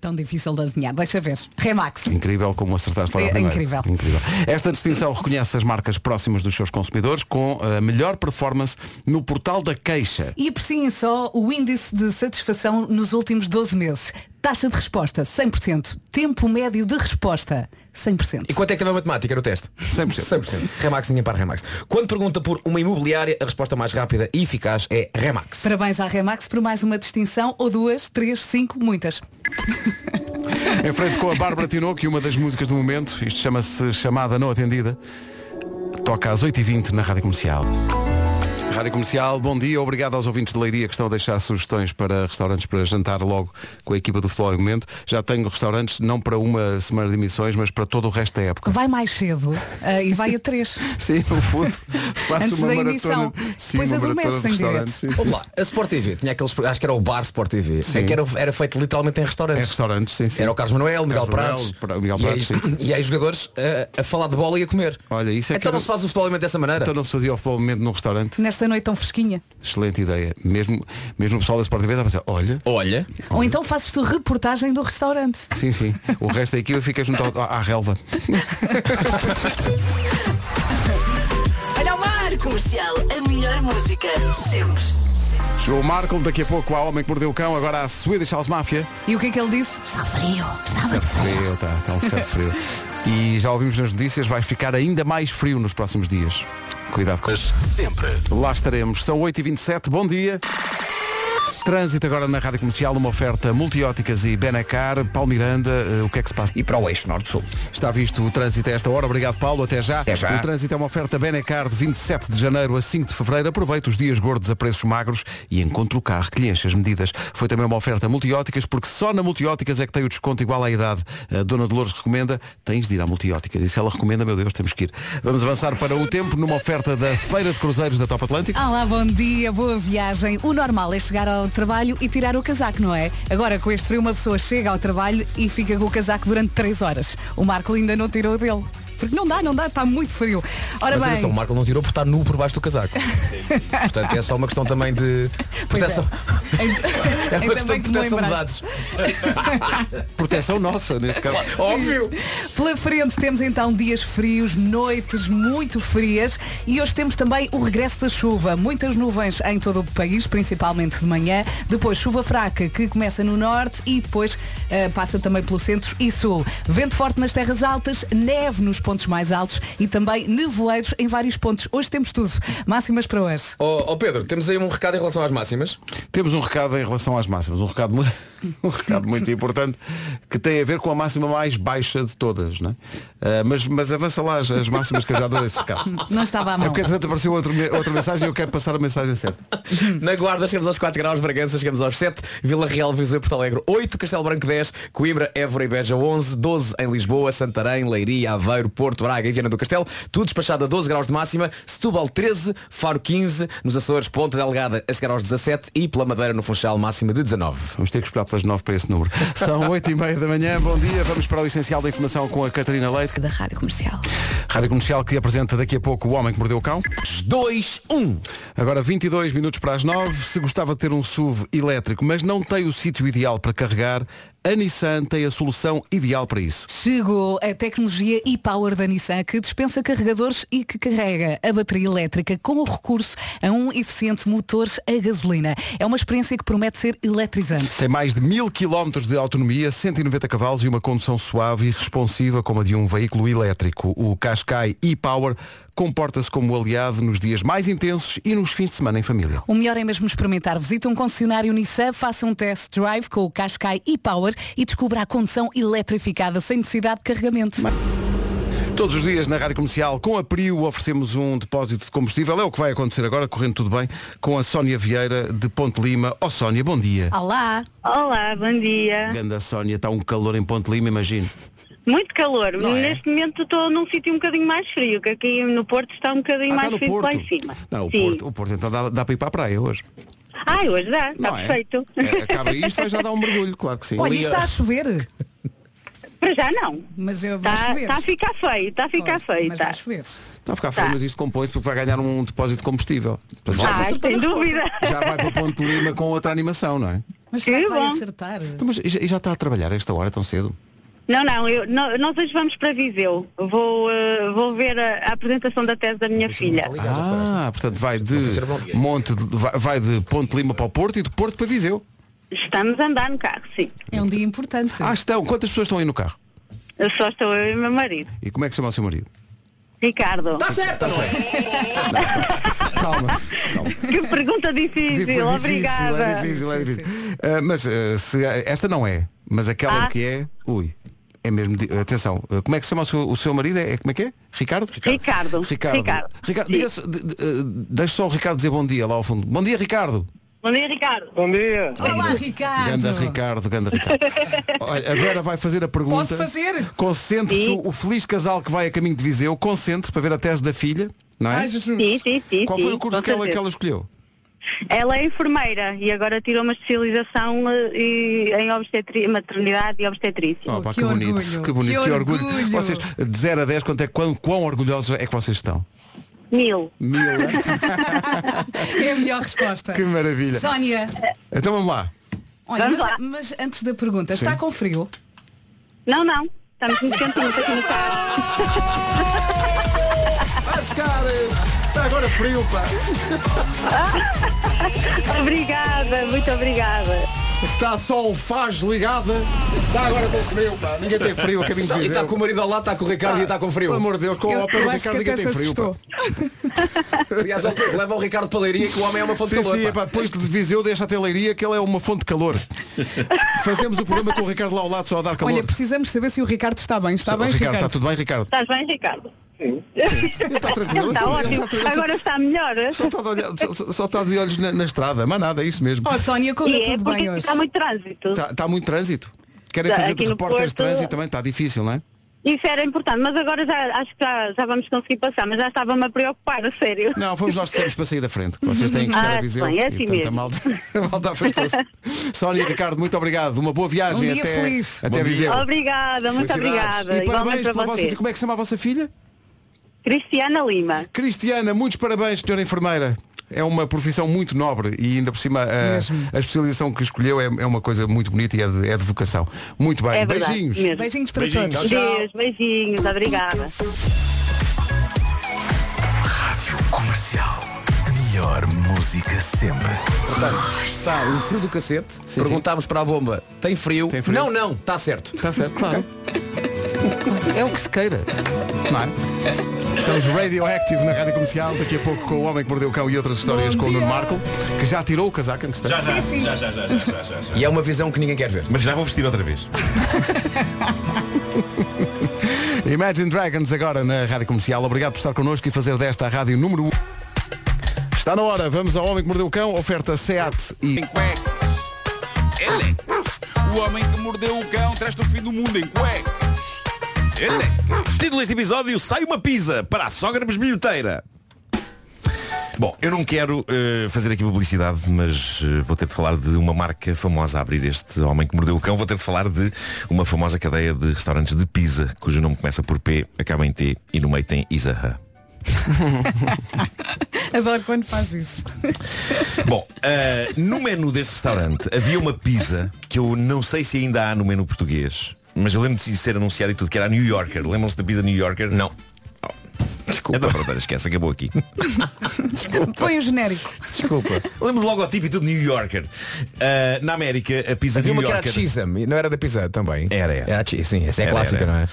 Speaker 1: Tão difícil de adivinhar, deixa ver. Remax.
Speaker 2: Incrível como acertaste lá
Speaker 1: É
Speaker 2: na primeira.
Speaker 1: incrível.
Speaker 2: Esta distinção reconhece as marcas próximas dos seus consumidores com a melhor performance no portal da queixa.
Speaker 1: E apreciem só o índice de satisfação nos últimos 12 meses. Taxa de resposta, 100%. Tempo médio de resposta, 100%.
Speaker 11: E quanto é que teve a matemática no teste?
Speaker 2: 100%.
Speaker 11: 100%. Remax, ninguém para Remax. Quando pergunta por uma imobiliária, a resposta mais rápida e eficaz é Remax.
Speaker 1: Parabéns à Remax por mais uma distinção, ou duas, três, cinco, muitas.
Speaker 2: Em frente com a Bárbara Tinoco e uma das músicas do momento, isto chama-se Chamada Não Atendida, toca às 8h20 na Rádio Comercial. Rádio Comercial, bom dia, obrigado aos ouvintes de Leiria que estão a deixar sugestões para restaurantes para jantar logo com a equipa do Futebol em Momento. Já tenho restaurantes não para uma semana de emissões, mas para todo o resto da época.
Speaker 1: Vai mais cedo ah, e vai a três.
Speaker 2: Sim, no fundo, faço
Speaker 1: Antes
Speaker 2: uma
Speaker 1: da
Speaker 2: maratona.
Speaker 1: emissão. é Depois
Speaker 2: uma
Speaker 1: adormece
Speaker 2: maratona de
Speaker 1: em direto.
Speaker 2: restaurantes.
Speaker 11: Vamos lá, a Sport TV tinha aqueles, acho que era o Bar Sport TV, é que era, era feito literalmente em
Speaker 2: É
Speaker 11: restaurantes.
Speaker 2: restaurantes, sim, sim.
Speaker 11: Era o Carlos Manuel, Miguel
Speaker 2: Carlos Manuel,
Speaker 11: Pratos,
Speaker 2: Pra- Miguel
Speaker 11: e aí-
Speaker 2: Pratos, sim.
Speaker 11: e aí os jogadores uh, a, falar de bola e a comer.
Speaker 2: Olha, isso é que
Speaker 11: então
Speaker 2: era-
Speaker 11: não se faz o futebol dessa maneira.
Speaker 2: Então não se fazia o Futebol em Momento num restaurante.
Speaker 1: Nesta noite tão fresquinha.
Speaker 2: Excelente ideia. Mesmo, mesmo o pessoal da Sport TV estava a pensar, olha,
Speaker 11: Olha,
Speaker 1: Ou então fazes tu reportagem do restaurante.
Speaker 2: Sim, sim. O resto da equipa fica junto ao- à, à relva.
Speaker 1: Olha o mar!
Speaker 4: Comercial, a melhor música. Sempre.
Speaker 2: Chegou o Marco, daqui a pouco há Homem que Mordeu o Cão, agora a Swedish House Mafia.
Speaker 1: E o que é que ele disse? Está frio. Está muito frio.
Speaker 2: Frio, tá, tá um certo frio. E já ouvimos nas notícias, vai ficar ainda mais frio nos próximos dias. Cuidado com isso. Sempre. Lá estaremos. São 8h27, bom dia. Trânsito agora na Rádio Comercial, uma oferta multióticas e Benacar, Paulo Miranda, eh, o que é que se passa?
Speaker 3: E para o eixo norte-sul.
Speaker 2: Está visto o trânsito a esta hora. Obrigado, Paulo. Até já.
Speaker 3: Até já.
Speaker 2: O trânsito é uma oferta Benecar de 27 de janeiro a 5 de fevereiro. Aproveita os dias gordos a preços magros e encontre o carro que lhe enche as medidas. Foi também uma oferta multióticas, porque só na multióticas é que tem o desconto igual à idade. A dona Dolores recomenda, tens de ir à multióticas. E se ela recomenda, meu Deus, temos que ir. Vamos avançar para o tempo numa oferta da Feira de Cruzeiros da Top Atlântico.
Speaker 1: Olá, bom dia, boa viagem. O normal é chegar ao trabalho e tirar o casaco, não é? Agora, com este frio, uma pessoa chega ao trabalho e fica com o casaco durante 3 horas. O Marco ainda não tirou dele. Porque não dá, não dá, está muito frio. Ora
Speaker 11: Mas é
Speaker 1: bem,
Speaker 11: atenção, o Marco não tirou por estar nu por baixo do casaco. Portanto, é só uma questão também de
Speaker 1: Pois
Speaker 11: proteção. É,
Speaker 1: Ainda
Speaker 11: uma questão
Speaker 1: bem
Speaker 11: de
Speaker 1: que me
Speaker 11: proteção de dados.
Speaker 1: lembraste.
Speaker 2: Proteção nossa, neste caso.
Speaker 11: Óbvio!
Speaker 1: Pela frente temos então dias frios, noites muito frias e hoje temos também o regresso da chuva. Muitas nuvens em todo o país, principalmente de manhã. Depois chuva fraca que começa no norte e depois eh, passa também pelo centro e sul. Vento forte nas terras altas, neve nos pontos mais altos e também nevoeiros em vários pontos. Hoje temos tudo. Máximas para hoje.
Speaker 2: Oh.
Speaker 11: Ó ó, Pedro, temos aí um recado em relação às máximas.
Speaker 2: Temos um recado em relação às máximas, um recado, mu- um recado muito importante que tem a ver com a máxima mais baixa de todas, não é? Ah, mas, mas avança lá as, as máximas que eu já dou esse recado.
Speaker 1: Não estava à
Speaker 2: É
Speaker 1: mão.
Speaker 2: porque entretanto apareceu outro me- outra mensagem e eu quero passar a mensagem certa.
Speaker 11: Na Guarda chegamos aos 4 graus, Bragança chegamos aos 7, Vila Real, Viseu, Porto Alegre 8, Castelo Branco 10, Coimbra, Évora e Beja 11, 12 em Lisboa, Santarém, Leiria, Aveiro, Porto, Braga e Viana do Castelo, tudo despachado a 12 graus de máxima, Setúbal 13, Faro 15, nos Açores, Ponta Delgada a chegar aos 17 e pela Madeira no Funchal máxima de 19.
Speaker 2: Vamos ter que esperar cápsulas 9 para esse número. São 8 e meia da manhã, bom dia, vamos para o essencial da informação com a Catarina Leite.
Speaker 12: Da Rádio Comercial.
Speaker 2: Rádio Comercial que apresenta daqui a pouco o Homem que Mordeu o Cão. 2, 1. Agora 22 minutos para as 9. Se gostava de ter um SUV elétrico, mas não tem o sítio ideal para carregar, a Nissan tem a solução ideal para isso.
Speaker 1: Chegou a tecnologia e-Power da Nissan que dispensa carregadores e que carrega a bateria elétrica com o recurso a um eficiente motor a gasolina. É uma experiência que promete ser eletrizante.
Speaker 2: Tem mais de mil quilómetros de autonomia, 190 cavalos e uma condução suave e responsiva como a de um veículo elétrico. O Qashqai e-Power comporta-se como aliado nos dias mais intensos e nos fins de semana em família.
Speaker 1: O melhor é mesmo experimentar. Visita um concessionário Nissan, faça um test drive com o Qashqai e-Power e descubra a condução eletrificada sem necessidade de carregamento.
Speaker 2: Todos os dias na Rádio Comercial, com a PRIU, oferecemos um depósito de combustível. É o que vai acontecer agora, correndo tudo bem, com a Sónia Vieira de Ponte Lima. Ó Sónia, bom dia.
Speaker 1: Olá.
Speaker 13: Olá, bom dia.
Speaker 2: Ganda Sónia, está um calor em Ponte Lima, imagino.
Speaker 13: Muito calor.
Speaker 2: Não é?
Speaker 13: Neste momento estou num sítio um bocadinho mais frio, que aqui no Porto está um bocadinho
Speaker 2: Ah,
Speaker 13: mais
Speaker 2: está no
Speaker 13: frio
Speaker 2: Porto.
Speaker 13: lá em cima.
Speaker 2: Não, o
Speaker 13: Sim.
Speaker 2: Porto, o Porto, então dá, dá para ir para a praia hoje.
Speaker 13: Ai, hoje dá, está
Speaker 2: Não é?
Speaker 13: perfeito.
Speaker 2: É, acaba isto, vai já dar um mergulho, claro que sim.
Speaker 1: Olha,
Speaker 2: Ali, eh,
Speaker 1: isto está
Speaker 2: ó,
Speaker 1: a chover.
Speaker 13: Para já não.
Speaker 1: Mas eu vou
Speaker 13: Está
Speaker 1: chover.
Speaker 13: Tá, a ficar feio, está a ficar feio.
Speaker 1: Mas
Speaker 13: tá.
Speaker 1: vai chover.
Speaker 2: Está a ficar frio,
Speaker 13: Tá.
Speaker 2: mas isto compõe-se porque vai ganhar um depósito de combustível. Portanto, já-
Speaker 13: Ai, sem dúvida.
Speaker 2: já vai para Ponte Lima com outra animação, não é?
Speaker 1: Mas será que vai
Speaker 13: bom.
Speaker 1: acertar?
Speaker 2: Então, mas e já, e já está a trabalhar a esta hora tão cedo?
Speaker 13: Não, não, eu- nó- nós hoje vamos para Viseu. Vou, eh, vou ver a, a apresentação da tese da minha filha.
Speaker 2: Ah, portanto vai de Monte de- vai- vai de Ponte Lima para o Porto e de Porto para Viseu.
Speaker 13: Estamos a andar no carro, sim.
Speaker 1: É um dia importante.
Speaker 2: Ah, estão. Quantas pessoas estão aí no carro?
Speaker 13: Eu só estou eu e o meu marido.
Speaker 2: E como é que se chama o seu marido?
Speaker 13: Ricardo.
Speaker 1: Está certo, não é?
Speaker 2: Calma.
Speaker 13: Que pergunta difícil,
Speaker 2: Difícil,
Speaker 13: obrigada.
Speaker 2: É difícil, é difícil. Ah, mas ah, se- esta não é, mas aquela
Speaker 13: Ah.
Speaker 2: que é, ui. É mesmo, di- atenção, ah, como é que se chama o seu, o seu marido? É, é- como é que é? Ricardo?
Speaker 13: Ricardo.
Speaker 2: Ricardo.
Speaker 13: Ricardo.
Speaker 2: Ricardo,
Speaker 13: Sim.
Speaker 2: diga só- de- de- ah, deixe só o Ricardo dizer bom dia lá ao fundo. Bom dia, Ricardo.
Speaker 13: Bom dia, Ricardo. Bom dia.
Speaker 1: Olá, Ricardo.
Speaker 2: Ganda Ricardo, ganda Ricardo. Olha, a Vera vai fazer a pergunta.
Speaker 1: Posso fazer?
Speaker 2: Concentre-se,
Speaker 1: Sim.
Speaker 2: o feliz casal que vai a caminho de Viseu, concentre-se para ver a tese da filha, não é?
Speaker 1: Ai, Jesus.
Speaker 13: Sim, sim, sim.
Speaker 2: Qual
Speaker 13: sim,
Speaker 2: foi o curso
Speaker 13: com
Speaker 2: que ela, que
Speaker 13: certeza.
Speaker 2: ela escolheu?
Speaker 13: Ela é enfermeira e agora tirou uma especialização eh, e- em obstetri... maternidade e obstetrícia.
Speaker 2: Oh, pá, que, bonito, que bonito, que, orgulho. Vocês, de 0 a 10, quanto é, quão, quão orgulhosos é que vocês estão?
Speaker 13: Mil.
Speaker 2: Mil.
Speaker 1: É a melhor resposta.
Speaker 2: Que maravilha.
Speaker 1: Sónia,
Speaker 2: Então vamos lá.
Speaker 1: olha,
Speaker 13: Vamos
Speaker 1: mas,
Speaker 13: lá.
Speaker 1: mas antes da pergunta, está com frio?
Speaker 13: Não, não. Estamos muito quentinhos aqui no carro.
Speaker 2: Vai buscar. Está agora frio, pá.
Speaker 13: Obrigada, muito obrigada.
Speaker 2: Está sol, faz ligada. Está agora com frio, pá. Ninguém tem frio a caminho de
Speaker 11: E
Speaker 2: Viseu.
Speaker 11: está com o marido ao lado, está com o Ricardo e está com frio.
Speaker 2: Pelo amor de Deus, com
Speaker 11: Eu-
Speaker 2: o ópera do
Speaker 11: eu acho
Speaker 2: Ricardo
Speaker 11: que
Speaker 2: ninguém
Speaker 11: até
Speaker 2: tem
Speaker 11: se
Speaker 2: frio, pá.
Speaker 11: Aliás, ó Pedro, leva o Ricardo para a Leiria que o homem é uma fonte
Speaker 2: sim,
Speaker 11: de calor.
Speaker 2: Sim,
Speaker 11: pá.
Speaker 2: é pá, depois de Viseu deixa até Leiria que ele é uma fonte de calor. Fazemos o programa com o Ricardo lá ao lado só a dar calor. Oh,
Speaker 1: Olha, precisamos saber se o Ricardo está bem. Está bem,
Speaker 2: Ricardo,
Speaker 1: Ricardo?
Speaker 2: está tudo bem, Ricardo?
Speaker 13: Estás bem, Ricardo? Sim.
Speaker 2: Está tá tranquilo?
Speaker 13: Está
Speaker 2: tudo bem,
Speaker 13: ótimo.
Speaker 2: está tranquilo.
Speaker 13: Agora está melhor.
Speaker 2: Só está de olhar- só- só- só está de olhos na, na estrada, mas nada, é isso mesmo.
Speaker 1: Oh, Sónia, correu
Speaker 13: E é
Speaker 1: tudo bem
Speaker 13: porque
Speaker 1: hoje.
Speaker 13: está muito trânsito.
Speaker 2: Está está muito trânsito. Querem
Speaker 13: Está
Speaker 2: fazer
Speaker 13: Tá, aqui
Speaker 2: de
Speaker 13: no
Speaker 2: repórteres de
Speaker 13: Porto.
Speaker 2: trânsito também? Está difícil, não é?
Speaker 13: Isso era importante, mas agora já acho que já, já vamos conseguir passar, mas já estava-me a preocupar, a sério.
Speaker 2: Não, fomos nós que dissemos para sair da frente. que Vocês têm que chegar
Speaker 13: Ah,
Speaker 2: a Viseu.
Speaker 13: bem, é
Speaker 2: e,
Speaker 13: assim
Speaker 2: portanto, a
Speaker 13: mesmo.
Speaker 2: malta, a malta afastou-se. Sónia e Ricardo, muito obrigado. Uma boa viagem
Speaker 1: Um dia
Speaker 2: até,
Speaker 1: feliz.
Speaker 2: até Viseu.
Speaker 13: Obrigada, muito
Speaker 2: Felicidades.
Speaker 13: obrigada.
Speaker 2: E parabéns
Speaker 13: Igualmente para
Speaker 2: pela vossa
Speaker 13: vocês.
Speaker 2: filha. Como é que se chama a vossa filha?
Speaker 13: Cristiana Lima.
Speaker 2: Cristiana, muitos parabéns, senhora enfermeira. É uma profissão muito nobre e ainda por cima a, a especialização que escolheu é, é uma coisa muito bonita e é de, é de vocação. Muito bem,
Speaker 13: É verdade,
Speaker 2: beijinhos.
Speaker 13: mesmo.
Speaker 1: Beijinhos para
Speaker 2: Beijinhos,
Speaker 1: todos.
Speaker 2: tchau,
Speaker 13: Deus, beijinhos, obrigada.
Speaker 14: Comercial. A melhor música sempre.
Speaker 11: Portanto, está o frio do cacete. Perguntámos para a bomba, tem frio? Não, não, está certo.
Speaker 2: Está certo, claro. É o que se queira. Não é? Estamos radioactive na rádio comercial, daqui a pouco com o Homem que Mordeu o Cão e outras histórias com o Nuno Marco, que já tirou o casaco entretanto.
Speaker 15: Já, já, já, já, já, já, já, já, já.
Speaker 11: E é uma visão que ninguém quer ver.
Speaker 15: Mas já vou vestir outra vez.
Speaker 2: Imagine Dragons agora na Rádio Comercial. Obrigado por estar connosco e fazer desta a rádio número 1. Está na hora, vamos ao Homem que Mordeu o Cão, oferta SEAT e...
Speaker 15: Ele. O homem que mordeu o cão traz-te o fim do mundo em cuecas. Ele. Título deste episódio, sai uma pizza para a sogra bisbilhoteira.
Speaker 12: Bom, eu não quero eh, fazer aqui publicidade, mas eh, vou ter de falar de uma marca famosa a abrir este homem que mordeu o cão. Vou ter de falar de uma famosa cadeia de restaurantes de pizza, cujo nome começa por P, acaba em T e no meio tem Isa Hut.
Speaker 1: Adoro quando faz isso.
Speaker 12: Bom, eh, no menu deste restaurante havia uma pizza que eu não sei se ainda há no menu português, mas eu lembro de ser anunciado e tudo, que era a New Yorker. Lembram-se da pizza New Yorker? Oh. Não. Desculpa. É da fronteira, esquece, acabou aqui.
Speaker 1: Põe o genérico.
Speaker 12: Desculpa. Lembro logo ao tipo e tudo New Yorker. Ah, na América, a pizza
Speaker 11: Havia
Speaker 12: New
Speaker 11: uma que era
Speaker 12: Yorker.
Speaker 11: de Chisam, e não era da Pizza também.
Speaker 12: Era, era.
Speaker 11: a Chi- sim, essa é clássica, não é?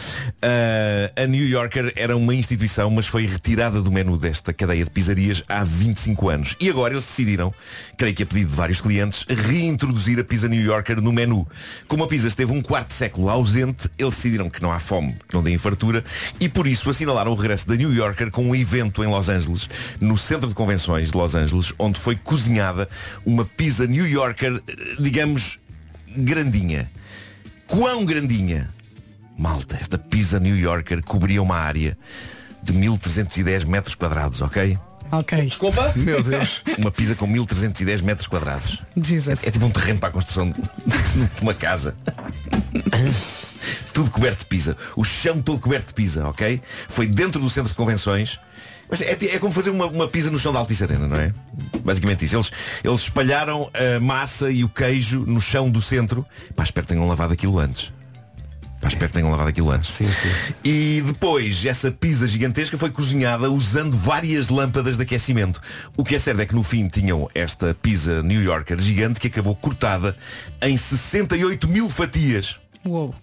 Speaker 12: Ah, a New Yorker era uma instituição, mas foi retirada do menu desta cadeia de pizzarias há 25 anos. E agora eles decidiram, creio que a pedido de vários clientes, reintroduzir a pizza New Yorker no menu. Como a pizza esteve um quarto de século ausente, eles decidiram que não há fome, que não tem fartura, e por isso assinalaram o regresso da New Yorker com um evento em Los Angeles, no centro de convenções de Los Angeles, onde foi cozinhada uma pizza New Yorker, eh, digamos, grandinha. Quão grandinha? Malta, esta pizza New Yorker cobria uma área de 1310 metros quadrados, ok?
Speaker 1: Ok.
Speaker 11: Desculpa?
Speaker 2: Meu Deus.
Speaker 12: Uma pizza com 1310 metros quadrados.
Speaker 1: Jesus.
Speaker 12: É tipo um terreno para a construção de de uma casa. Tudo coberto de pizza. O chão todo coberto de pizza, ok? Foi dentro do centro de convenções. Mas é, ti- é como fazer uma, uma pizza no chão da Altice Arena, não é? Basicamente isso. Eles, eles espalharam a massa e o queijo no chão do centro. Pá, espero que tenham lavado aquilo antes. Pá, espero que tenham lavado aquilo antes. E depois, essa pizza gigantesca foi cozinhada usando várias lâmpadas de aquecimento. O que é certo é que no fim tinham esta pizza New Yorker gigante que acabou cortada em 68 mil fatias.
Speaker 1: Uou.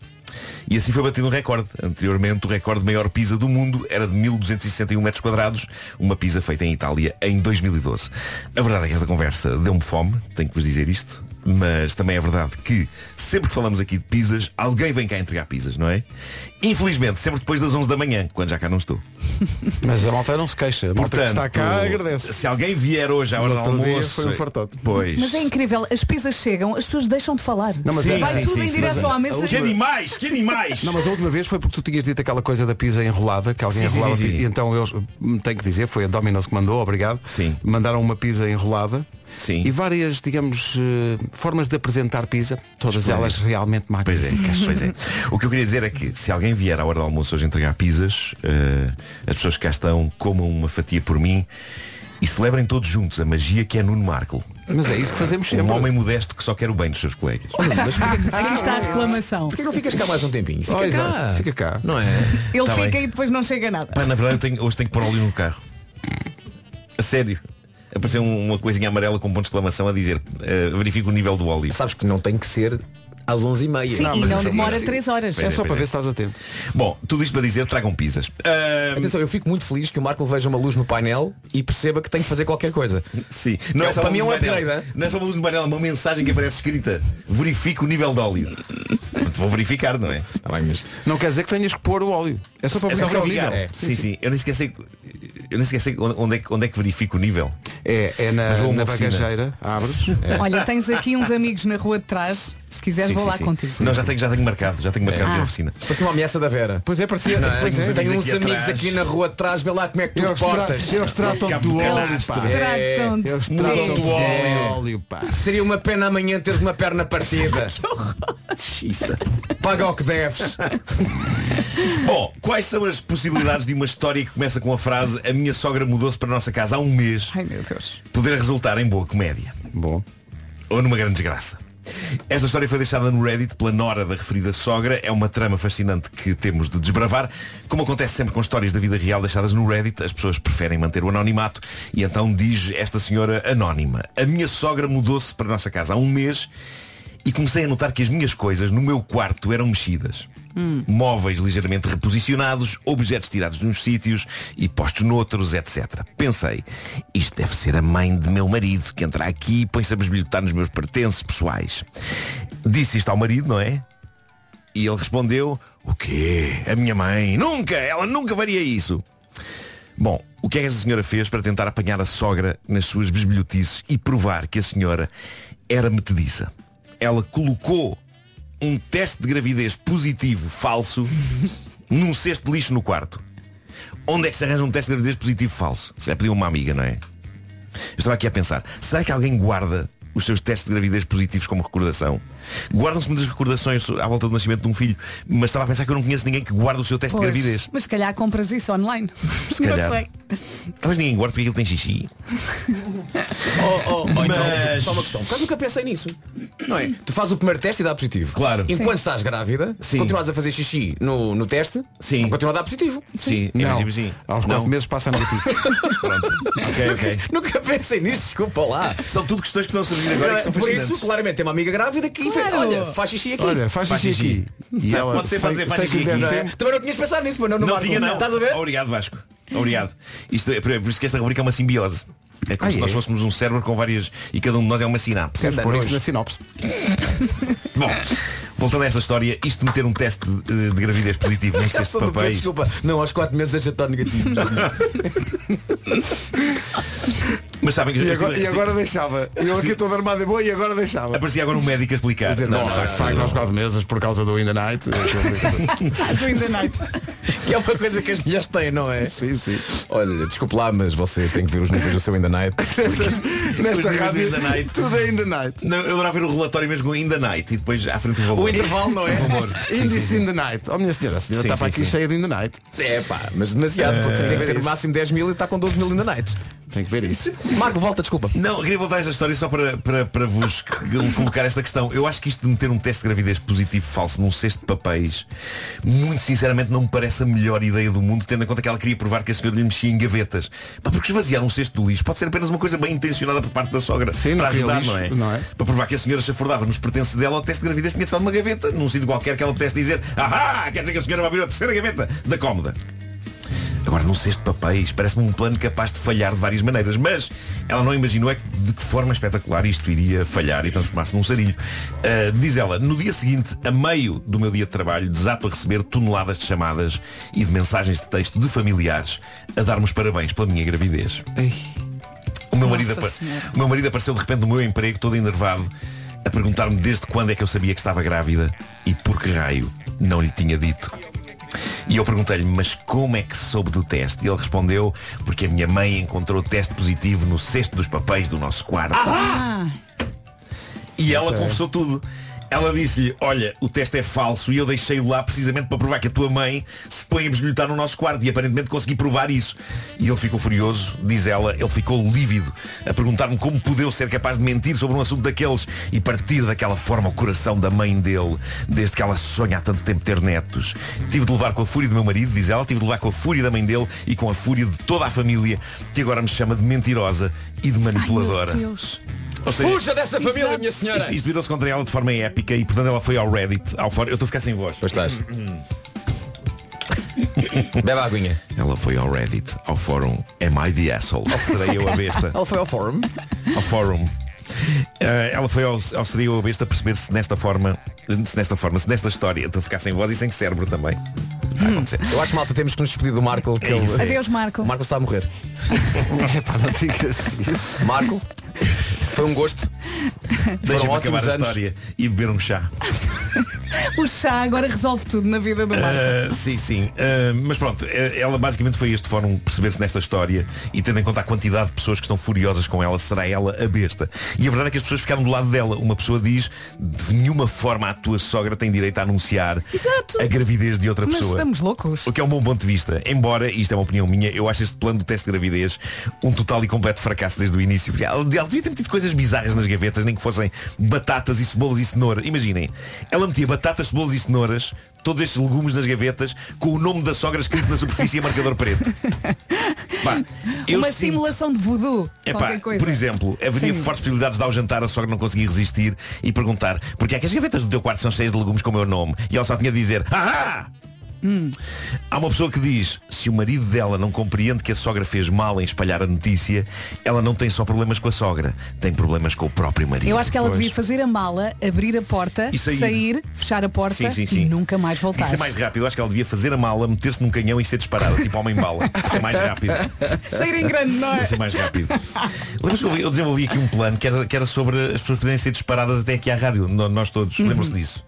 Speaker 12: E assim foi batido um recorde. Anteriormente, o recorde de maior pizza do mundo era de 1261 metros quadrados, uma pizza feita em Itália em 2012. A verdade é que esta conversa deu-me fome, tenho que vos dizer isto. Mas também é verdade que sempre que falamos aqui de pizzas, alguém vem cá entregar pizzas, não é? Infelizmente, sempre depois das 11 da manhã, quando já cá não estou.
Speaker 2: Mas a malta não se queixa. A malta que está cá agradece.
Speaker 12: Se alguém vier hoje à hora do
Speaker 2: No outro dia
Speaker 12: almoço.
Speaker 2: foi um fartote.
Speaker 12: Pois.
Speaker 1: Mas é incrível, as pizzas chegam, as pessoas deixam de falar.
Speaker 2: é-
Speaker 1: Vai tudo em direção à mesa.
Speaker 12: que animais!
Speaker 2: Não, mas a última vez foi porque tu tinhas dito aquela coisa da pizza enrolada, que alguém
Speaker 12: Sim, sim,
Speaker 2: enrolava
Speaker 12: sim,
Speaker 2: a
Speaker 12: sim.
Speaker 2: pizza. E então eles, hum, tenho que dizer, foi a Domino's que mandou, obrigado.
Speaker 12: Sim.
Speaker 2: Mandaram uma pizza enrolada.
Speaker 12: Sim.
Speaker 2: E várias, digamos, eh, formas de apresentar pizza, todas elas realmente
Speaker 12: Pois é,
Speaker 2: magníficas.
Speaker 12: pois é. O que eu queria dizer é que se alguém vier à hora do almoço hoje entregar pizzas, eh, as pessoas que cá estão comam uma fatia por mim e celebrem todos juntos a magia que é Nuno Marco.
Speaker 2: Mas é isso que fazemos
Speaker 12: Um
Speaker 2: sempre.
Speaker 12: homem modesto que só quer o bem dos seus colegas.
Speaker 1: Aqui está a reclamação.
Speaker 11: Porquê não ficas cá mais um tempinho? Fica
Speaker 12: Oh, exato,
Speaker 11: cá.
Speaker 12: fica cá.
Speaker 11: Não é?
Speaker 1: Ele
Speaker 12: Tá
Speaker 1: fica
Speaker 12: bem.
Speaker 1: e depois não chega a nada.
Speaker 12: Pá, na verdade eu tenho- hoje tenho que pôr óleo no carro. A sério. Apareceu um- uma coisinha amarela com ponto de exclamação a dizer eh, verifica o nível do óleo.
Speaker 11: Sabes que não tem que ser às 11h30.
Speaker 1: Sim, e não demora
Speaker 11: três
Speaker 1: 3 horas.
Speaker 12: Pois é, pois é.
Speaker 2: estás atento.
Speaker 12: Bom, tudo isto para dizer, tragam pizzas.
Speaker 11: Atenção, eu fico muito feliz que o Marco veja uma luz no painel e perceba que tem que fazer qualquer coisa.
Speaker 12: Sim,
Speaker 11: Não,
Speaker 12: só
Speaker 11: para
Speaker 12: uma
Speaker 11: mim é um
Speaker 12: luz de
Speaker 11: upgrade,
Speaker 12: painel.
Speaker 11: é?
Speaker 12: Não é só uma luz de painel, é uma mensagem que aparece escrita. Verifica o nível de óleo. Portanto, Vou verificar, não é?
Speaker 2: Não quer dizer que tenhas que pôr o óleo. É só para
Speaker 12: É só
Speaker 2: verificar o
Speaker 12: verificar.
Speaker 2: nível.
Speaker 12: É. Sim, sim, Eu nem esqueci. Eu nem esqueci onde é que, onde é que verifico o nível.
Speaker 2: É, é na,
Speaker 12: Mas vou a uma
Speaker 2: na
Speaker 12: oficina.
Speaker 2: bagageira, abres.
Speaker 1: Olha, tens aqui uns amigos na rua de trás. Se quiseres,
Speaker 12: Sim,
Speaker 1: vou
Speaker 12: sim,
Speaker 1: lá
Speaker 12: sim.
Speaker 1: contigo.
Speaker 12: Não, já tenho, já tenho marcado, já tenho marcado
Speaker 1: Ah.
Speaker 12: a minha oficina.
Speaker 11: Parecia uma ameaça da Vera.
Speaker 2: Pois é, parecia.
Speaker 11: Não, é?
Speaker 12: Pois é.
Speaker 11: Tenho uns
Speaker 12: Aqui
Speaker 11: amigos
Speaker 12: atrás.
Speaker 11: aqui na rua atrás, vê lá como é que tu
Speaker 2: Eles tra-
Speaker 11: portas.
Speaker 2: eles tratam-te
Speaker 11: Cabo
Speaker 2: do óleo,
Speaker 11: canastro.
Speaker 2: pá.
Speaker 11: É.
Speaker 1: Tratam-te. Eles
Speaker 2: tratam-te
Speaker 11: Mudam-te o
Speaker 2: do
Speaker 11: óleo.
Speaker 2: óleo, pá.
Speaker 11: Seria uma pena amanhã teres uma perna partida. Paga o que deves.
Speaker 12: Bom, quais são as possibilidades de uma história que começa com a frase A minha sogra mudou-se para a nossa casa há um mês
Speaker 1: Ai meu Deus
Speaker 12: Poder resultar em boa comédia
Speaker 2: Bom
Speaker 12: Ou numa grande desgraça esta história foi deixada no Reddit pela Nora da referida sogra. É uma trama fascinante que temos de desbravar. Como acontece sempre com histórias da vida real deixadas no Reddit, as pessoas preferem manter o anonimato. E então diz esta senhora anónima. A minha sogra mudou-se para a nossa casa há um mês e comecei a notar que as minhas coisas no meu quarto eram mexidas. Móveis ligeiramente reposicionados, objetos tirados de uns sítios e postos noutros, etc. Pensei, isto deve ser a mãe de meu marido que entra aqui e põe-se a besbilhotar nos meus pertences pessoais. Disse isto ao marido, não é? E ele respondeu, o quê? A minha mãe? Nunca! Ela nunca faria isso! Bom, o que é que esta senhora fez para tentar apanhar a sogra nas suas besbilhotices e provar que a senhora era metediça? Ela colocou um teste de gravidez positivo falso num cesto de lixo no quarto. Onde é que se arranja um teste de gravidez positivo falso? Se é pedir uma amiga, não é? Eu estava aqui a pensar, será que alguém guarda os seus testes de gravidez positivos como recordação? Guardam-se muitas recordações à volta do nascimento de um filho, mas estava a pensar que eu não conheço ninguém que guarda o seu teste
Speaker 1: Pois.
Speaker 12: de gravidez.
Speaker 1: Mas se calhar compras isso online.
Speaker 12: Se calhar.
Speaker 1: Não sei.
Speaker 12: Talvez ninguém guarde porque ele tem xixi.
Speaker 11: Oh, oh, oh, então,
Speaker 12: Mas-
Speaker 11: só uma questão. Quase nunca pensei nisso. Não é? Tu fazes o primeiro teste e dá positivo.
Speaker 12: Claro.
Speaker 11: Enquanto estás grávida, se
Speaker 12: Sim.
Speaker 11: continuas a fazer xixi no, no teste,
Speaker 12: Sim.
Speaker 11: continua a dar positivo.
Speaker 12: Sim, em
Speaker 11: Não.
Speaker 12: princípio sim.
Speaker 2: Aos
Speaker 12: Não.
Speaker 2: quatro meses passa a negativo.
Speaker 12: Ok, ok.
Speaker 11: Nunca pensei nisto, desculpa lá.
Speaker 12: São tudo questões que estão a surgir agora e que são
Speaker 11: Por
Speaker 12: fascinantes.
Speaker 11: isso, claramente, tem uma amiga grávida que
Speaker 1: Claro.
Speaker 11: olha, faz xixi aqui.
Speaker 2: Olha, faz xixi aqui. E
Speaker 12: Tá,
Speaker 2: ela
Speaker 12: pode ser
Speaker 2: sei-
Speaker 12: fazer, faz
Speaker 2: sei que
Speaker 12: xixi
Speaker 2: deve
Speaker 12: aqui.
Speaker 2: ter-
Speaker 11: É, Também não tinhas pensado nisso, mas não, no
Speaker 12: Não
Speaker 11: Marco.
Speaker 12: tinha não.
Speaker 11: Estás a ver?
Speaker 12: Obrigado Vasco. Obrigado. Isto é, por isso que esta rubrica é uma simbiose. É como
Speaker 2: Ah,
Speaker 12: se nós
Speaker 2: é?
Speaker 12: fôssemos um cérebro com várias. e cada um de nós é uma sinapse.
Speaker 2: Temos por isso na sinopse.
Speaker 12: Bom,
Speaker 11: é assim.
Speaker 12: voltando a esta história, isto de meter um teste de, de gravidez positivo num
Speaker 11: Só do
Speaker 12: cesto de
Speaker 11: Pedro,
Speaker 12: papéis.
Speaker 11: desculpa. Não, aos 4 meses deixa de estar negativo.
Speaker 12: Mas sabem que eu
Speaker 2: E
Speaker 12: tive-
Speaker 2: agora, e
Speaker 12: tive-
Speaker 11: tipo-
Speaker 2: agora deixava. Eu aqui todo armado e boa e agora deixava.
Speaker 12: Aparecia agora um médico a explicar.
Speaker 2: Dizer, bom, de facto, de facto, aos quatro meses por causa do In the Night.
Speaker 11: que é uma coisa que as mulheres têm, não é?
Speaker 2: Sim, sim.
Speaker 11: Olha, desculpe lá, mas você tem que ver os níveis do seu In the Night.
Speaker 2: Nesta
Speaker 12: Os níveis do
Speaker 2: rádio,
Speaker 12: In the Night.
Speaker 2: tudo é In the Night.
Speaker 12: Não, eu adorava ver o relatório mesmo com In the Night e depois à frente o valor.
Speaker 11: O intervalo, não é?
Speaker 12: O valor. Sim, sim,
Speaker 2: Indies
Speaker 12: sim.
Speaker 2: In the Night. Oh, minha senhora, a senhora
Speaker 12: Sim,
Speaker 2: está para
Speaker 12: sim,
Speaker 2: aqui
Speaker 12: sim.
Speaker 2: cheia de In the Night. É,
Speaker 11: É pá, mas demasiado, porque tem que ter no máximo 10 mil e está com 12 mil In the Night.
Speaker 2: Tem que ver isso.
Speaker 11: Marco, volta, desculpa.
Speaker 12: Não, queria voltar a esta história só para, para, para vos colocar esta questão. Eu acho que isto de meter um teste de gravidez positivo falso num cesto de papéis, muito sinceramente não me parece a melhor ideia do mundo, tendo em conta que ela queria provar que a senhora lhe mexia em gavetas. Pá, porque esvaziar um cesto do lixo pode ser apenas uma coisa bem intencionada por parte da sogra
Speaker 2: Sim,
Speaker 12: para
Speaker 2: não queria
Speaker 12: ajudar,
Speaker 2: lixo,
Speaker 12: não, é?
Speaker 2: não é?
Speaker 12: Para provar que a senhora se afordava nos pertences dela ao teste de gravidez tinha estado numa gaveta, num sítio qualquer que ela pudesse dizer, ahá, quer dizer que a senhora vai abrir a terceira gaveta da cómoda. Agora, num cesto de papéis, parece-me um plano capaz de falhar de várias maneiras, mas ela não imaginou é que- de que forma espetacular isto iria falhar e transformar-se num sarilho. Ah, diz ela, no dia seguinte, a meio do meu dia de trabalho, desato a receber toneladas de chamadas e de mensagens de texto de familiares a dar-me os parabéns pela minha gravidez. O meu, marido
Speaker 1: Nossa
Speaker 12: apa-
Speaker 1: Senhora.
Speaker 12: o meu marido apareceu de repente no meu emprego, todo enervado, a perguntar-me desde quando é que eu sabia que estava grávida e por que raio não lhe tinha dito. E eu perguntei-lhe, mas como é que soube do teste? E ele respondeu, porque a minha mãe encontrou o teste positivo no cesto dos papéis do nosso quarto.
Speaker 1: Ah,
Speaker 12: E ela confessou tudo. Ela disse-lhe, olha, o teste é falso e eu deixei-o lá precisamente para provar que a tua mãe se põe a bisbilhotar no nosso quarto e aparentemente consegui provar isso. E ele ficou furioso, diz ela, ele ficou lívido a perguntar-me como podeu ser capaz de mentir sobre um assunto daqueles e partir daquela forma o coração da mãe dele, desde que ela sonha há tanto tempo ter netos. Tive de levar com a fúria do meu marido, diz ela, tive de levar com a fúria da mãe dele e com a fúria de toda a família, que agora me chama de mentirosa e de manipuladora.
Speaker 1: Deus.
Speaker 12: Ou seja,
Speaker 11: Fuja dessa família,
Speaker 1: Exato.
Speaker 11: minha senhora!
Speaker 12: isto, isto virou-se contra ela de forma épica e portanto ela foi ao Reddit, ao fórum. Eu estou a ficar sem voz.
Speaker 11: Pois tá. estás. Bebe a aguinha.
Speaker 12: Ela foi ao Reddit, ao fórum Am I the Asshole? Ou serei eu a besta?
Speaker 11: Ela foi ao fórum.
Speaker 12: ao fórum. Eh, ela foi ao, ao serei eu a besta perceber se nesta forma, se nesta forma, se nesta história, eu estou a ficar sem voz e sem cérebro também.
Speaker 11: Hum.
Speaker 12: Vai acontecer.
Speaker 11: Eu acho que malta temos que nos despedir do Marco. Que ele...
Speaker 12: isso.
Speaker 1: Adeus, Marco.
Speaker 11: O Marco está a morrer.
Speaker 2: Epá, não digas isso.
Speaker 11: Marco, foi um gosto.
Speaker 12: Deixa-me
Speaker 11: Foram
Speaker 12: acabar
Speaker 11: ótimos
Speaker 12: a
Speaker 11: anos.
Speaker 12: história e beber um chá.
Speaker 1: O chá agora resolve tudo na vida do Marco.
Speaker 12: Ah, sim, sim. Ah, mas pronto, eh, ela basicamente foi a este fórum perceber-se nesta história e tendo em conta a quantidade de pessoas que estão furiosas com ela, será ela a besta. E a verdade é que as pessoas ficaram do lado dela. Uma pessoa diz, de nenhuma forma a tua sogra tem direito a anunciar
Speaker 1: Exato.
Speaker 12: a gravidez de outra
Speaker 1: Mas
Speaker 12: pessoa.
Speaker 1: estamos loucos.
Speaker 12: O que é um bom ponto de vista. Embora, e isto é uma opinião minha, eu acho este plano do teste de gravidez um total e completo fracasso desde o início. Porque Ela, ela devia ter metido coisas bizarras nas gavetas, nem que fossem batatas e cebolas e cenoura. Imaginem, ela metia batatas, cebolas e cenouras, todos estes legumes nas gavetas, com o nome da sogra escrito na superfície em marcador preto. Pá, eu
Speaker 1: Uma
Speaker 12: sinto-
Speaker 1: simulação de voodoo.
Speaker 12: Epá,
Speaker 1: qualquer coisa.
Speaker 12: por exemplo, haveria
Speaker 1: Sim.
Speaker 12: fortes possibilidades de ao jantar a sogra não conseguir resistir e perguntar porque é que as gavetas do teu quarto são cheias de legumes com o meu nome? E ela só tinha de dizer ah!
Speaker 1: Hum.
Speaker 12: Há uma pessoa que diz se o marido dela não compreende que a sogra fez mal em espalhar a notícia, ela não tem só problemas com a sogra, tem problemas com o próprio marido.
Speaker 1: Eu acho que ela
Speaker 12: Pois.
Speaker 1: devia fazer a mala, abrir a porta,
Speaker 12: E sair.
Speaker 1: fechar a porta
Speaker 12: Sim, sim,
Speaker 1: e
Speaker 12: sim.
Speaker 1: nunca mais
Speaker 12: Tem
Speaker 1: voltar.
Speaker 12: que ser é mais rápido, eu acho que ela devia fazer a mala, meter-se num canhão e ser disparada, tipo homem-bala. Ser mais rápido.
Speaker 1: Sair em grande, não é?
Speaker 12: Deve ser mais rápido. Lembras que eu- eu desenvolvi aqui um plano que era, que
Speaker 1: Uhum.
Speaker 12: era sobre as pessoas poderem ser disparadas até aqui à rádio. no- Nós todos. Lembram-se disso?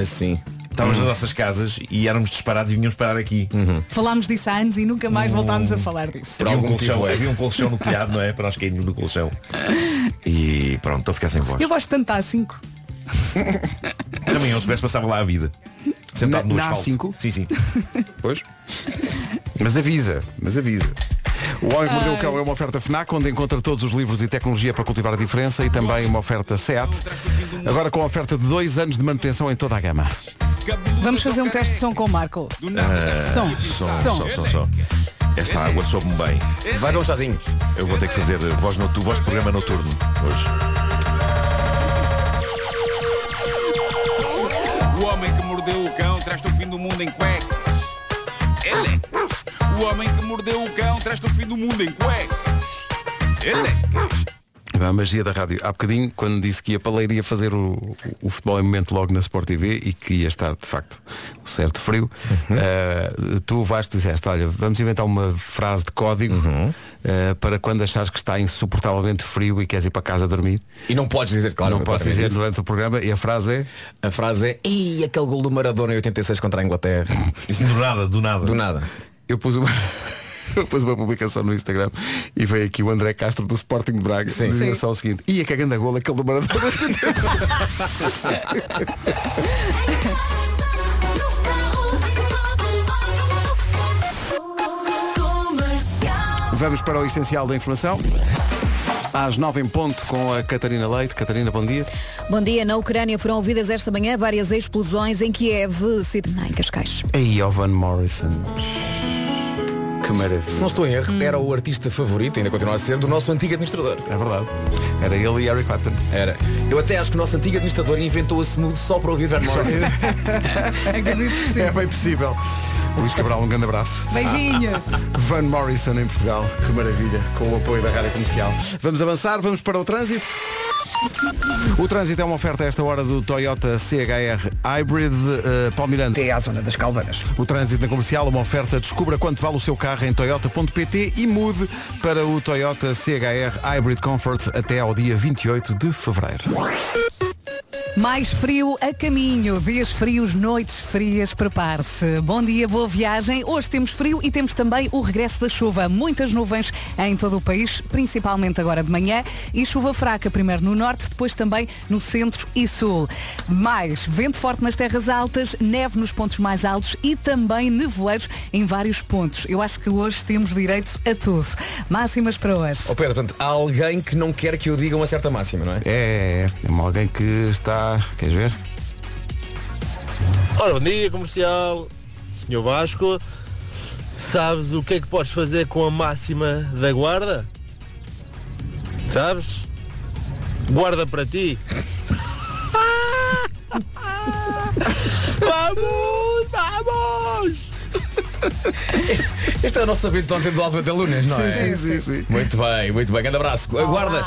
Speaker 11: Assim.
Speaker 12: Estávamos nas nossas casas e éramos disparados e vinhamos parar aqui.
Speaker 1: Falámos disso há anos e nunca mais
Speaker 12: Oh.
Speaker 1: voltámos a falar disso.
Speaker 12: Havia um, colchão, havia um colchão no telhado, não é? Para nós cairmos no colchão. E pronto, estou a ficar sem voz.
Speaker 1: Eu gosto tanto de A5.
Speaker 12: Também eu se pudesse passava lá a vida. Sentado no
Speaker 2: na
Speaker 12: asfalto. Sim, sim.
Speaker 2: Pois. Mas avisa, mas avisa. O Homem que Mordeu o
Speaker 1: Ai.
Speaker 2: Cão é uma oferta FNAC, onde encontra todos os livros e tecnologia para cultivar a diferença e também uma oferta SEAT. Agora com a oferta de dois anos de manutenção em toda a gama.
Speaker 1: Vamos fazer um teste de som com o Marco.
Speaker 12: Ah,
Speaker 1: Som,
Speaker 12: som,
Speaker 1: som.
Speaker 12: som, som, som. Esta água soube-me bem. Vai não sozinho. Eu vou ter que fazer eh, voz, notu voz de programa noturno hoje.
Speaker 15: O homem que mordeu o cão traz-te o fim do mundo em cuecas. Ele. é. O homem que mordeu o cão traz-te o fim do mundo em cuecas. Ele. é.
Speaker 2: A magia da rádio. Há bocadinho, quando disse que ia para Leiria fazer o, o futebol em momento logo na Sport TV e que ia estar, de facto, um certo frio,
Speaker 11: Uhum.
Speaker 2: eh, tu vais te disseste, olha, vamos inventar uma frase de código
Speaker 11: Uhum.
Speaker 2: eh, para quando achares que está insuportavelmente frio e queres ir para casa dormir.
Speaker 11: E não podes dizer, claro.
Speaker 2: Não podes dizer durante o programa. E a frase é?
Speaker 11: A frase é, e aquele gol do Maradona em 86 contra a Inglaterra.
Speaker 12: Isso do nada, do nada.
Speaker 11: Do nada.
Speaker 2: Eu pus uma. Eu pus uma publicação no Instagram e veio aqui o André Castro do Sporting de Braga
Speaker 11: Sim.
Speaker 2: dizia
Speaker 11: Sim.
Speaker 2: só o seguinte, é ia cagando a gola aquele do Maradona Vamos para o essencial da informação. Às nove em ponto com a Catarina Leite. Catarina, bom dia.
Speaker 16: Bom dia. Na Ucrânia foram ouvidas esta manhã várias explosões em Kiev, cid- Ah, em Cascais.
Speaker 2: Ei, Van Morrison. Que maravilha.
Speaker 11: Se não estou em erro, era o artista favorito, ainda continua a ser, do nosso antigo administrador.
Speaker 2: É verdade. Era ele e Eric Clapton.
Speaker 11: Era. Eu até acho que o nosso antigo administrador inventou a smooth só para ouvir Van Morrison.
Speaker 2: É bem possível. Luís Cabral, um grande abraço.
Speaker 1: Beijinhos.
Speaker 2: Van Morrison em Portugal. Que maravilha. Com o apoio da Rádio Comercial. Vamos avançar, vamos para o trânsito. O trânsito é uma oferta a esta hora do Toyota CHR Hybrid eh, Palmirante.
Speaker 3: É à zona das Calvanas.
Speaker 2: O trânsito na comercial, uma oferta. Descubra quanto vale o seu carro em toyota.pt e mude para o Toyota CHR Hybrid Comfort até ao dia 28 de fevereiro.
Speaker 1: Mais frio a caminho, dias frios, noites frias, prepare-se. Bom dia, boa viagem. Hoje temos frio e temos também o regresso da chuva. Muitas nuvens em todo o país, principalmente agora de manhã, e chuva fraca primeiro no norte, depois também no centro e sul. Mais vento forte nas terras altas, neve nos pontos mais altos e também nevoeiros em vários pontos. Eu acho que hoje temos direito a tudo. Máximas para hoje.
Speaker 11: Ó Oh, Pedro, portanto, há alguém que não quer que eu diga uma certa máxima, não é?
Speaker 2: É, é alguém que está. Queres ver?
Speaker 17: Ora, bom dia comercial, senhor Vasco. Sabes o que é que podes fazer com a máxima da guarda? Sabes? Guarda para ti. vamos, vamos!
Speaker 11: Este é o nosso amigo de ontem do Alba da Lunas, não
Speaker 14: Sim,
Speaker 11: é?
Speaker 14: sim, sim, sim.
Speaker 11: Muito bem, muito bem. Grande abraço. Aguarda.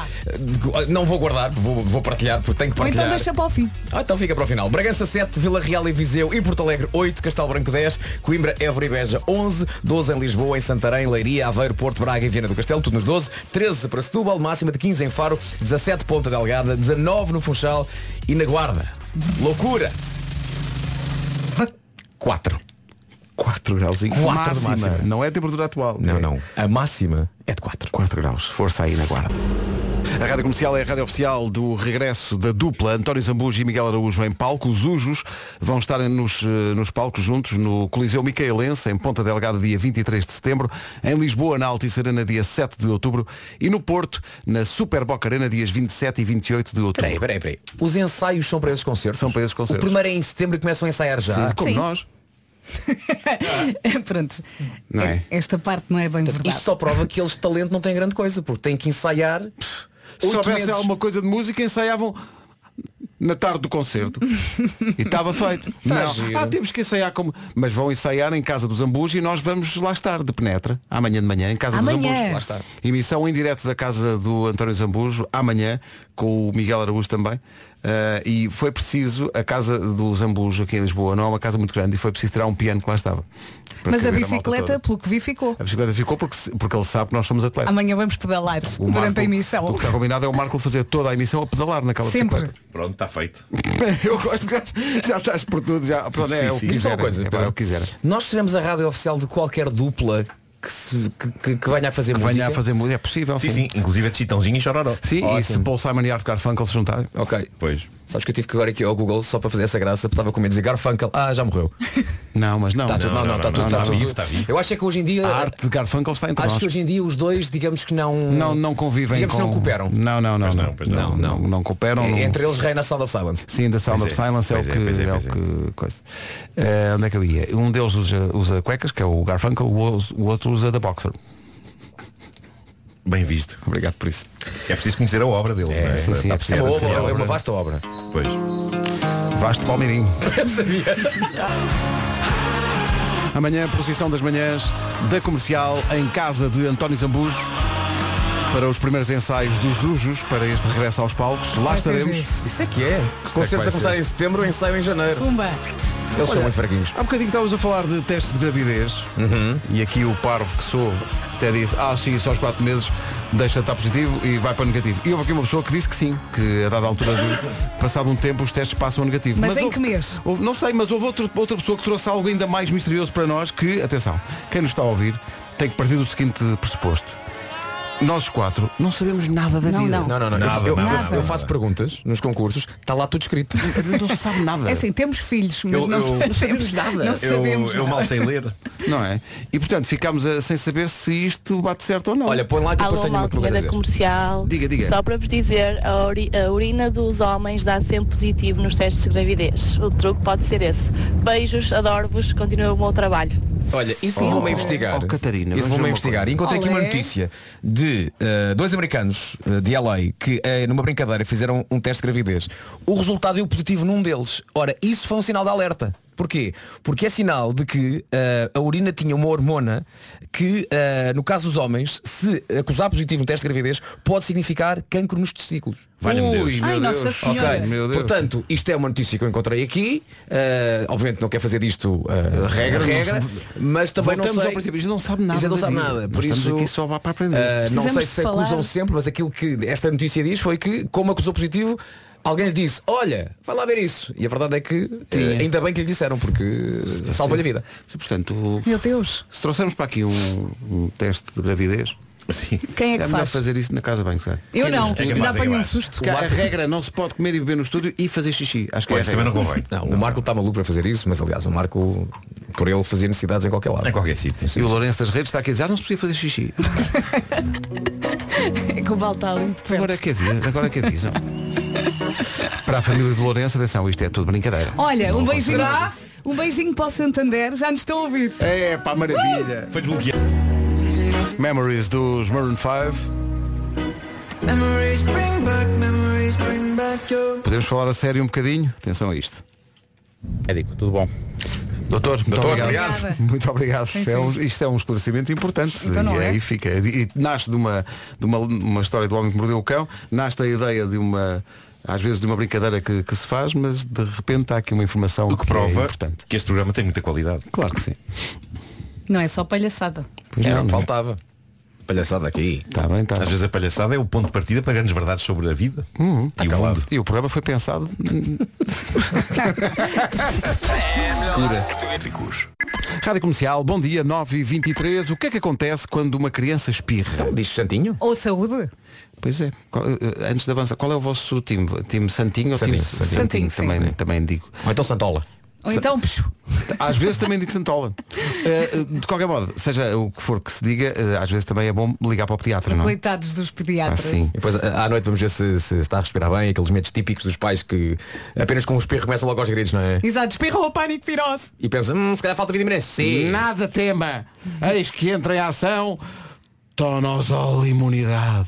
Speaker 11: Não vou guardar, vou, vou partilhar, porque tenho que
Speaker 1: Ou
Speaker 11: partilhar.
Speaker 1: então deixa para o fim.
Speaker 11: Ah, então fica para o final. Bragança 7, Vila Real e Viseu e Porto Alegre 8, Castelo Branco 10, Coimbra, Évora e Beja 11, 12 em Lisboa, em Santarém, Leiria, Aveiro, Porto, Braga e Viana do Castelo, tudo nos 12, 13 para Setúbal, máxima de 15 em Faro, 17 Ponta Delgada, 19 no Funchal e na Guarda. Loucura! 4.
Speaker 2: 4 graus e
Speaker 11: Quatro de máxima.
Speaker 2: Não é a temperatura atual.
Speaker 11: Não, não. A máxima é de 4.
Speaker 2: 4 graus. Força aí na guarda. A Rádio Comercial é a rádio oficial do regresso da dupla António Zambujo e Miguel Araújo em palco. Os Ujos vão estar nos, eh, nos palcos juntos no Coliseu Micaelense, em Ponta Delgada, dia 23 de setembro, em Lisboa, na Altice Arena, dia 7 de outubro, e no Porto, na Super Boca Arena, dias 27 e 28 de outubro. Peraí,
Speaker 11: peraí, peraí. Os ensaios são para esses concertos?
Speaker 2: São para esses
Speaker 11: O
Speaker 2: concertos.
Speaker 11: primeiro é em setembro e começam a ensaiar já.
Speaker 2: Sim, como nós,
Speaker 1: É, Pronto.
Speaker 2: não é?
Speaker 1: Esta parte não é bem verdade.
Speaker 11: Isto só prova que eles de talento não têm grande coisa, porque têm que ensaiar.
Speaker 2: Se
Speaker 11: oito
Speaker 2: soubesse
Speaker 11: meses.
Speaker 2: alguma coisa de música, ensaiavam na tarde do concerto. e estava feito.
Speaker 11: Tá
Speaker 2: Não.
Speaker 11: giro.
Speaker 2: Ah, temos que ensaiar como. Mas vão ensaiar em casa dos Zambujo e nós vamos lá estar, de penetra, amanhã de manhã, em casa
Speaker 11: Amanhã.
Speaker 2: dos Zambujo.
Speaker 11: Lá está.
Speaker 2: Emissão em direto da casa do António Zambujo, amanhã, com o Miguel Araújo também. eh, e foi preciso, a casa dos Ambus aqui em Lisboa não é uma casa muito grande e foi preciso tirar um piano que lá estava. para
Speaker 1: Mas a
Speaker 2: caber malta
Speaker 1: bicicleta,
Speaker 2: toda.
Speaker 1: pelo que vi, ficou.
Speaker 2: A bicicleta ficou porque, se- porque ele sabe que nós somos atletas.
Speaker 1: Amanhã vamos pedalar durante
Speaker 2: Marco-
Speaker 1: a emissão.
Speaker 2: O que está combinado é o Marco fazer toda a emissão a pedalar naquela
Speaker 1: Sempre.
Speaker 2: bicicleta.
Speaker 12: Pronto, está feito.
Speaker 2: Eu gosto que já- já estás por tudo, já. Pronto, é,
Speaker 11: Sim,
Speaker 2: é o
Speaker 11: sim.
Speaker 2: que
Speaker 11: Diz-me só uma
Speaker 2: quiserem,
Speaker 11: coisa,
Speaker 2: é, pá,
Speaker 11: Pedro.
Speaker 2: é o que quiserem.
Speaker 11: Nós seremos a rádio oficial de qualquer dupla que, se, que, que- que venha a fazer
Speaker 2: Que venha
Speaker 11: música.
Speaker 2: a fazer música, é possível.
Speaker 12: Sim, sim, inclusive a Chitãozinho e Chororó.
Speaker 2: Sim, e se Paul Simon e Art Garfunkel se juntarem.
Speaker 11: Ok.
Speaker 12: Pois.
Speaker 11: Sabes que eu tive que agora aqui ao Google só para fazer essa graça, porque estava com medo de dizer Garfunkel. Ah, já morreu.
Speaker 2: Não, mas não.
Speaker 11: Tá tudo, não, não, tá tudo, tá tudo. Eu acho é que hoje em dia.
Speaker 2: A arte de Garfunkel está entre
Speaker 11: Acho
Speaker 2: nós.
Speaker 11: que hoje em dia os dois, digamos que não.
Speaker 2: Não, não convivem
Speaker 11: Digamos
Speaker 2: com...
Speaker 11: que não cooperam.
Speaker 2: Não, não, não. Não, não, não, não cooperam. não-
Speaker 11: É Entre eles reina a Sound of Silence.
Speaker 2: Sim, da Sound
Speaker 11: Pois
Speaker 2: of
Speaker 11: é,
Speaker 2: Silence é o
Speaker 11: pois
Speaker 2: que...
Speaker 11: é, pois é,
Speaker 2: é o
Speaker 11: pois é.
Speaker 2: que coisa. Eh, onde é que eu ia? Um deles usa, usa cuecas, que é o Garfunkel, o, outro- o outro usa da Boxer.
Speaker 12: Bem visto.
Speaker 2: Obrigado por isso.
Speaker 12: É preciso conhecer a obra deles, não é?
Speaker 2: sim, sim,
Speaker 12: Está
Speaker 2: é
Speaker 12: preciso
Speaker 2: preciso
Speaker 12: conhecer a
Speaker 2: conhecer a obra.
Speaker 11: obra.
Speaker 12: Pois.
Speaker 2: Vasto Palmeirinho.
Speaker 11: Eu sabia.
Speaker 2: Amanhã, procissão das manhãs da comercial em casa de António Zambujo para os primeiros ensaios dos Ujos para este regresso aos palcos. Lá estaremos.
Speaker 11: Isso é que é. Concertos a começar em setembro, ensaio em janeiro.
Speaker 1: Pumba.
Speaker 11: Eles são
Speaker 2: Olha,
Speaker 11: muito fraquinhos. Uhum.
Speaker 2: Há bocadinho estávamos a falar de testes de gravidez e aqui o parvo que sou até disse, ah sim, só aos 4 meses deixa de estar positivo e vai para o negativo. E houve aqui uma pessoa que disse que sim, que a dada altura, de, passado um tempo, os testes passam a negativo.
Speaker 1: Mas, em
Speaker 2: houve-
Speaker 1: que mês?
Speaker 2: Houve- não sei, mas houve outro- outra pessoa que trouxe algo ainda mais misterioso para nós que, atenção, quem nos está a ouvir tem que partir do seguinte pressuposto. Nós quatro não sabemos nada da
Speaker 1: Não,
Speaker 2: vida.
Speaker 1: não. Não,
Speaker 11: não, não.
Speaker 2: Nada,
Speaker 11: eu, eu-
Speaker 2: nada,
Speaker 11: eu
Speaker 2: nada.
Speaker 11: faço perguntas nos concursos, está lá tudo escrito.
Speaker 2: não sabe nada.
Speaker 1: É assim, temos filhos, mas
Speaker 11: Eu-
Speaker 1: não,
Speaker 11: eu-
Speaker 1: sabemos, Não sabemos nada.
Speaker 2: Não é? E portanto ficamos a- sem saber se isto bate certo ou não.
Speaker 11: Olha, põe lá que eu depois
Speaker 18: Alô,
Speaker 11: tenho uma
Speaker 18: maltinha
Speaker 11: pergunta a
Speaker 18: da
Speaker 11: dizer.
Speaker 18: comercial.
Speaker 2: Diga, diga.
Speaker 18: Só para vos dizer, a, uri- a urina dos homens dá sempre positivo nos testes de gravidez. O truque pode ser esse. Beijos, adoro-vos, continuo o meu trabalho.
Speaker 11: Olha, isso
Speaker 2: Oh,
Speaker 11: vou-me investigar.
Speaker 2: oh, Catarina, vamos
Speaker 11: isso vou-me
Speaker 2: ver uma
Speaker 11: investigar.
Speaker 2: coisa.
Speaker 11: E Encontrei aqui uma
Speaker 2: Olé.
Speaker 11: notícia de eh, dois americanos eh, de LA que eh, numa brincadeira fizeram um teste de gravidez. O resultado deu positivo num deles. Ora, isso foi um sinal de alerta. Porquê? Porque é sinal de que eh, a urina tinha uma hormona que, eh, no caso dos homens, se acusar positivo no teste de gravidez, pode significar cancro nos testículos.
Speaker 2: Valha-me Deus.
Speaker 11: Ui,
Speaker 2: Ai,
Speaker 11: meu
Speaker 2: Nossa
Speaker 11: Deus.
Speaker 2: Senhora.
Speaker 11: Ok.
Speaker 2: Meu Deus.
Speaker 11: Portanto, isto é uma notícia que eu encontrei aqui. Eh, obviamente não quer fazer disto eh, regra,
Speaker 2: Não se-
Speaker 11: regra, mas também não
Speaker 2: Voltamos
Speaker 11: sei.
Speaker 2: ao princípio, isto não sabe nada
Speaker 11: Isto não
Speaker 2: da
Speaker 11: sabe
Speaker 2: vida.
Speaker 11: nada.
Speaker 2: Nós
Speaker 11: Por
Speaker 2: estamos
Speaker 11: isso,
Speaker 2: aqui só para aprender.
Speaker 11: ah, não
Speaker 2: Precisamos
Speaker 11: sei
Speaker 2: de
Speaker 11: se
Speaker 2: falar.
Speaker 11: acusam sempre, mas aquilo que esta notícia diz foi que, como acusou positivo, alguém lhe disse, olha, vai lá ver isso. E a verdade é que eh,
Speaker 2: Tinha.
Speaker 11: ainda bem que lhe disseram, porque eh, salvou-lhe a vida.
Speaker 2: Sim, portanto,
Speaker 1: Meu Deus.
Speaker 2: se trouxermos para aqui um, um teste de gravidez,
Speaker 1: Quem é que
Speaker 2: é melhor
Speaker 1: faz?
Speaker 2: fazer isso na casa bem, sabe?
Speaker 1: Eu não, ainda apanho um
Speaker 11: susto.
Speaker 2: Porque a regra não se pode comer e beber no estúdio e fazer xixi. Acho que é a regra.
Speaker 11: Não, o Marco está maluco para fazer isso, mas aliás, o Marco, por ele, fazia necessidades em qualquer lado. Em
Speaker 12: qualquer sítio.
Speaker 2: E o Lourenço das Redes está aqui a dizer, ah, não se podia fazer xixi.
Speaker 1: É que o Val está ali muito perto.
Speaker 2: Agora é que avisa, agora é que avisam. para a família de Lourenço, atenção, isto é tudo brincadeira.
Speaker 1: Olha,
Speaker 2: Não
Speaker 1: um beijinho.
Speaker 2: aconteceu nada.
Speaker 1: Um beijinho para o Santander, já nos estão a ouvir.
Speaker 2: É, pá, maravilha.
Speaker 12: Foi desbloqueado.
Speaker 2: Memories dos Maroon 5.
Speaker 19: Memories bring back, memories bring back your
Speaker 2: Podemos falar a sério um bocadinho? Atenção a isto.
Speaker 20: Médico, tudo bom?
Speaker 2: Doutor, muito
Speaker 20: Doutor,
Speaker 2: obrigado.
Speaker 20: obrigado.
Speaker 2: Muito obrigado.
Speaker 20: Sim,
Speaker 2: Isto é um-
Speaker 20: sim.
Speaker 2: isto é um esclarecimento importante.
Speaker 20: Então não
Speaker 2: e
Speaker 20: é?
Speaker 2: aí fica. E, e nasce de, uma, de uma, uma história do homem que mordeu o cão, nasce a ideia de uma. Às vezes de uma brincadeira que, que se faz, mas de repente há aqui uma informação que,
Speaker 12: Prova
Speaker 2: é importante.
Speaker 12: que este programa tem muita qualidade.
Speaker 2: Claro que sim.
Speaker 1: Não é só palhaçada.
Speaker 12: Era o que
Speaker 11: faltava. Palhaçada aqui.
Speaker 2: é? Tá bem, tá.
Speaker 12: Às vezes a palhaçada é o ponto de partida para grandes verdades sobre a vida.
Speaker 2: Hum,
Speaker 12: e, o mundo.
Speaker 2: e o programa foi pensado
Speaker 12: Escura.
Speaker 2: Rádio Comercial, bom dia, 9h23. O que é que acontece quando uma criança espirra? Então,
Speaker 11: diz Santinho.
Speaker 1: Ou saúde?
Speaker 2: Pois é. Qual- eh, Antes de avançar, qual é o vosso time? Time Santinho ou
Speaker 11: Santinho,
Speaker 2: time
Speaker 11: Santinho.
Speaker 2: Santinho?
Speaker 11: Santinho,
Speaker 2: também, também digo.
Speaker 11: Ou então Santola.
Speaker 1: Ou então, psh,
Speaker 2: Às vezes também digo Santola. Eh, eh, de qualquer modo, seja o que for que se diga, eh, às vezes também é bom ligar para o pediatra, não é?
Speaker 1: coitados dos pediatras.
Speaker 11: E depois à à noite vamos ver se, se está a respirar bem, aqueles medos típicos dos pais que apenas com um espirro começam logo aos gritos, não é?
Speaker 1: Exato, espirrou o pânico virose.
Speaker 11: E pensa, hum, se calhar falta vitamina C.
Speaker 2: Nada tema. Eis que entra em ação. Tonosol imunidade.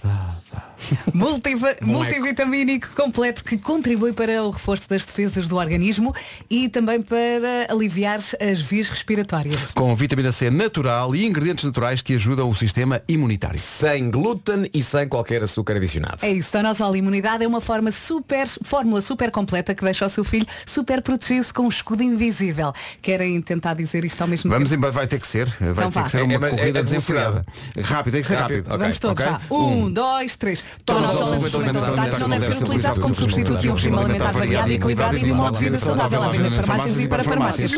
Speaker 1: Multiva-
Speaker 11: Bom eco.
Speaker 1: multivitamínico completo que contribui para o reforço das defesas do organismo e também para aliviar as vias respiratórias.
Speaker 2: Com vitamina C natural e ingredientes naturais que ajudam o sistema imunitário.
Speaker 11: Sem glúten e sem qualquer açúcar adicionado.
Speaker 1: É isso, Donosol Imunidade é uma forma super, fórmula super completa que deixa o seu filho super protegido com um escudo invisível. Querem tentar dizer isto ao mesmo
Speaker 2: Vamos
Speaker 1: tempo?
Speaker 2: embora, vai ter que ser. Vai
Speaker 1: Então
Speaker 2: ter
Speaker 1: vá.
Speaker 2: que ser uma
Speaker 11: É, mas é-
Speaker 2: corrida
Speaker 11: é
Speaker 2: desenfreada.
Speaker 11: velocidade.
Speaker 2: Rápido, tem que ser rápido.
Speaker 1: Vamos todos,
Speaker 2: ok?
Speaker 1: vá. Um, dois, três. Donosol é um suplemento alimentar que não deve ser utilizado como substituto de um regime alimentar variado e equilibrado e de um modo de vida saudável à venda de farmácias e para farmácias.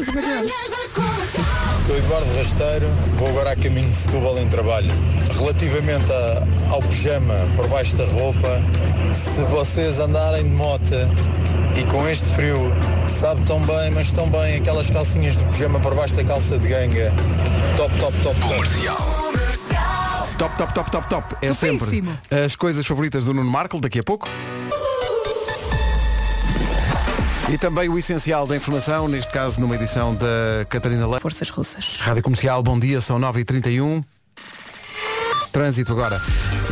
Speaker 21: Sou Eduardo Rasteiro, vou agora a caminho de Setúbal em trabalho. Relativamente a- ao pijama por baixo da roupa, se vocês andarem de moto e com este frio, sabe tão bem, mas tão bem, aquelas calcinhas de pijama por baixo da calça de ganga. Top, top, top, top.
Speaker 2: Top, top, top, top, top. É sempre
Speaker 21: Topíssimo.
Speaker 2: as coisas favoritas do Nuno Marco daqui a pouco. E também o essencial da informação, neste caso numa edição da Catarina Leite.
Speaker 16: Forças Russas.
Speaker 2: Rádio Comercial, bom dia, são 9h31. Trânsito agora.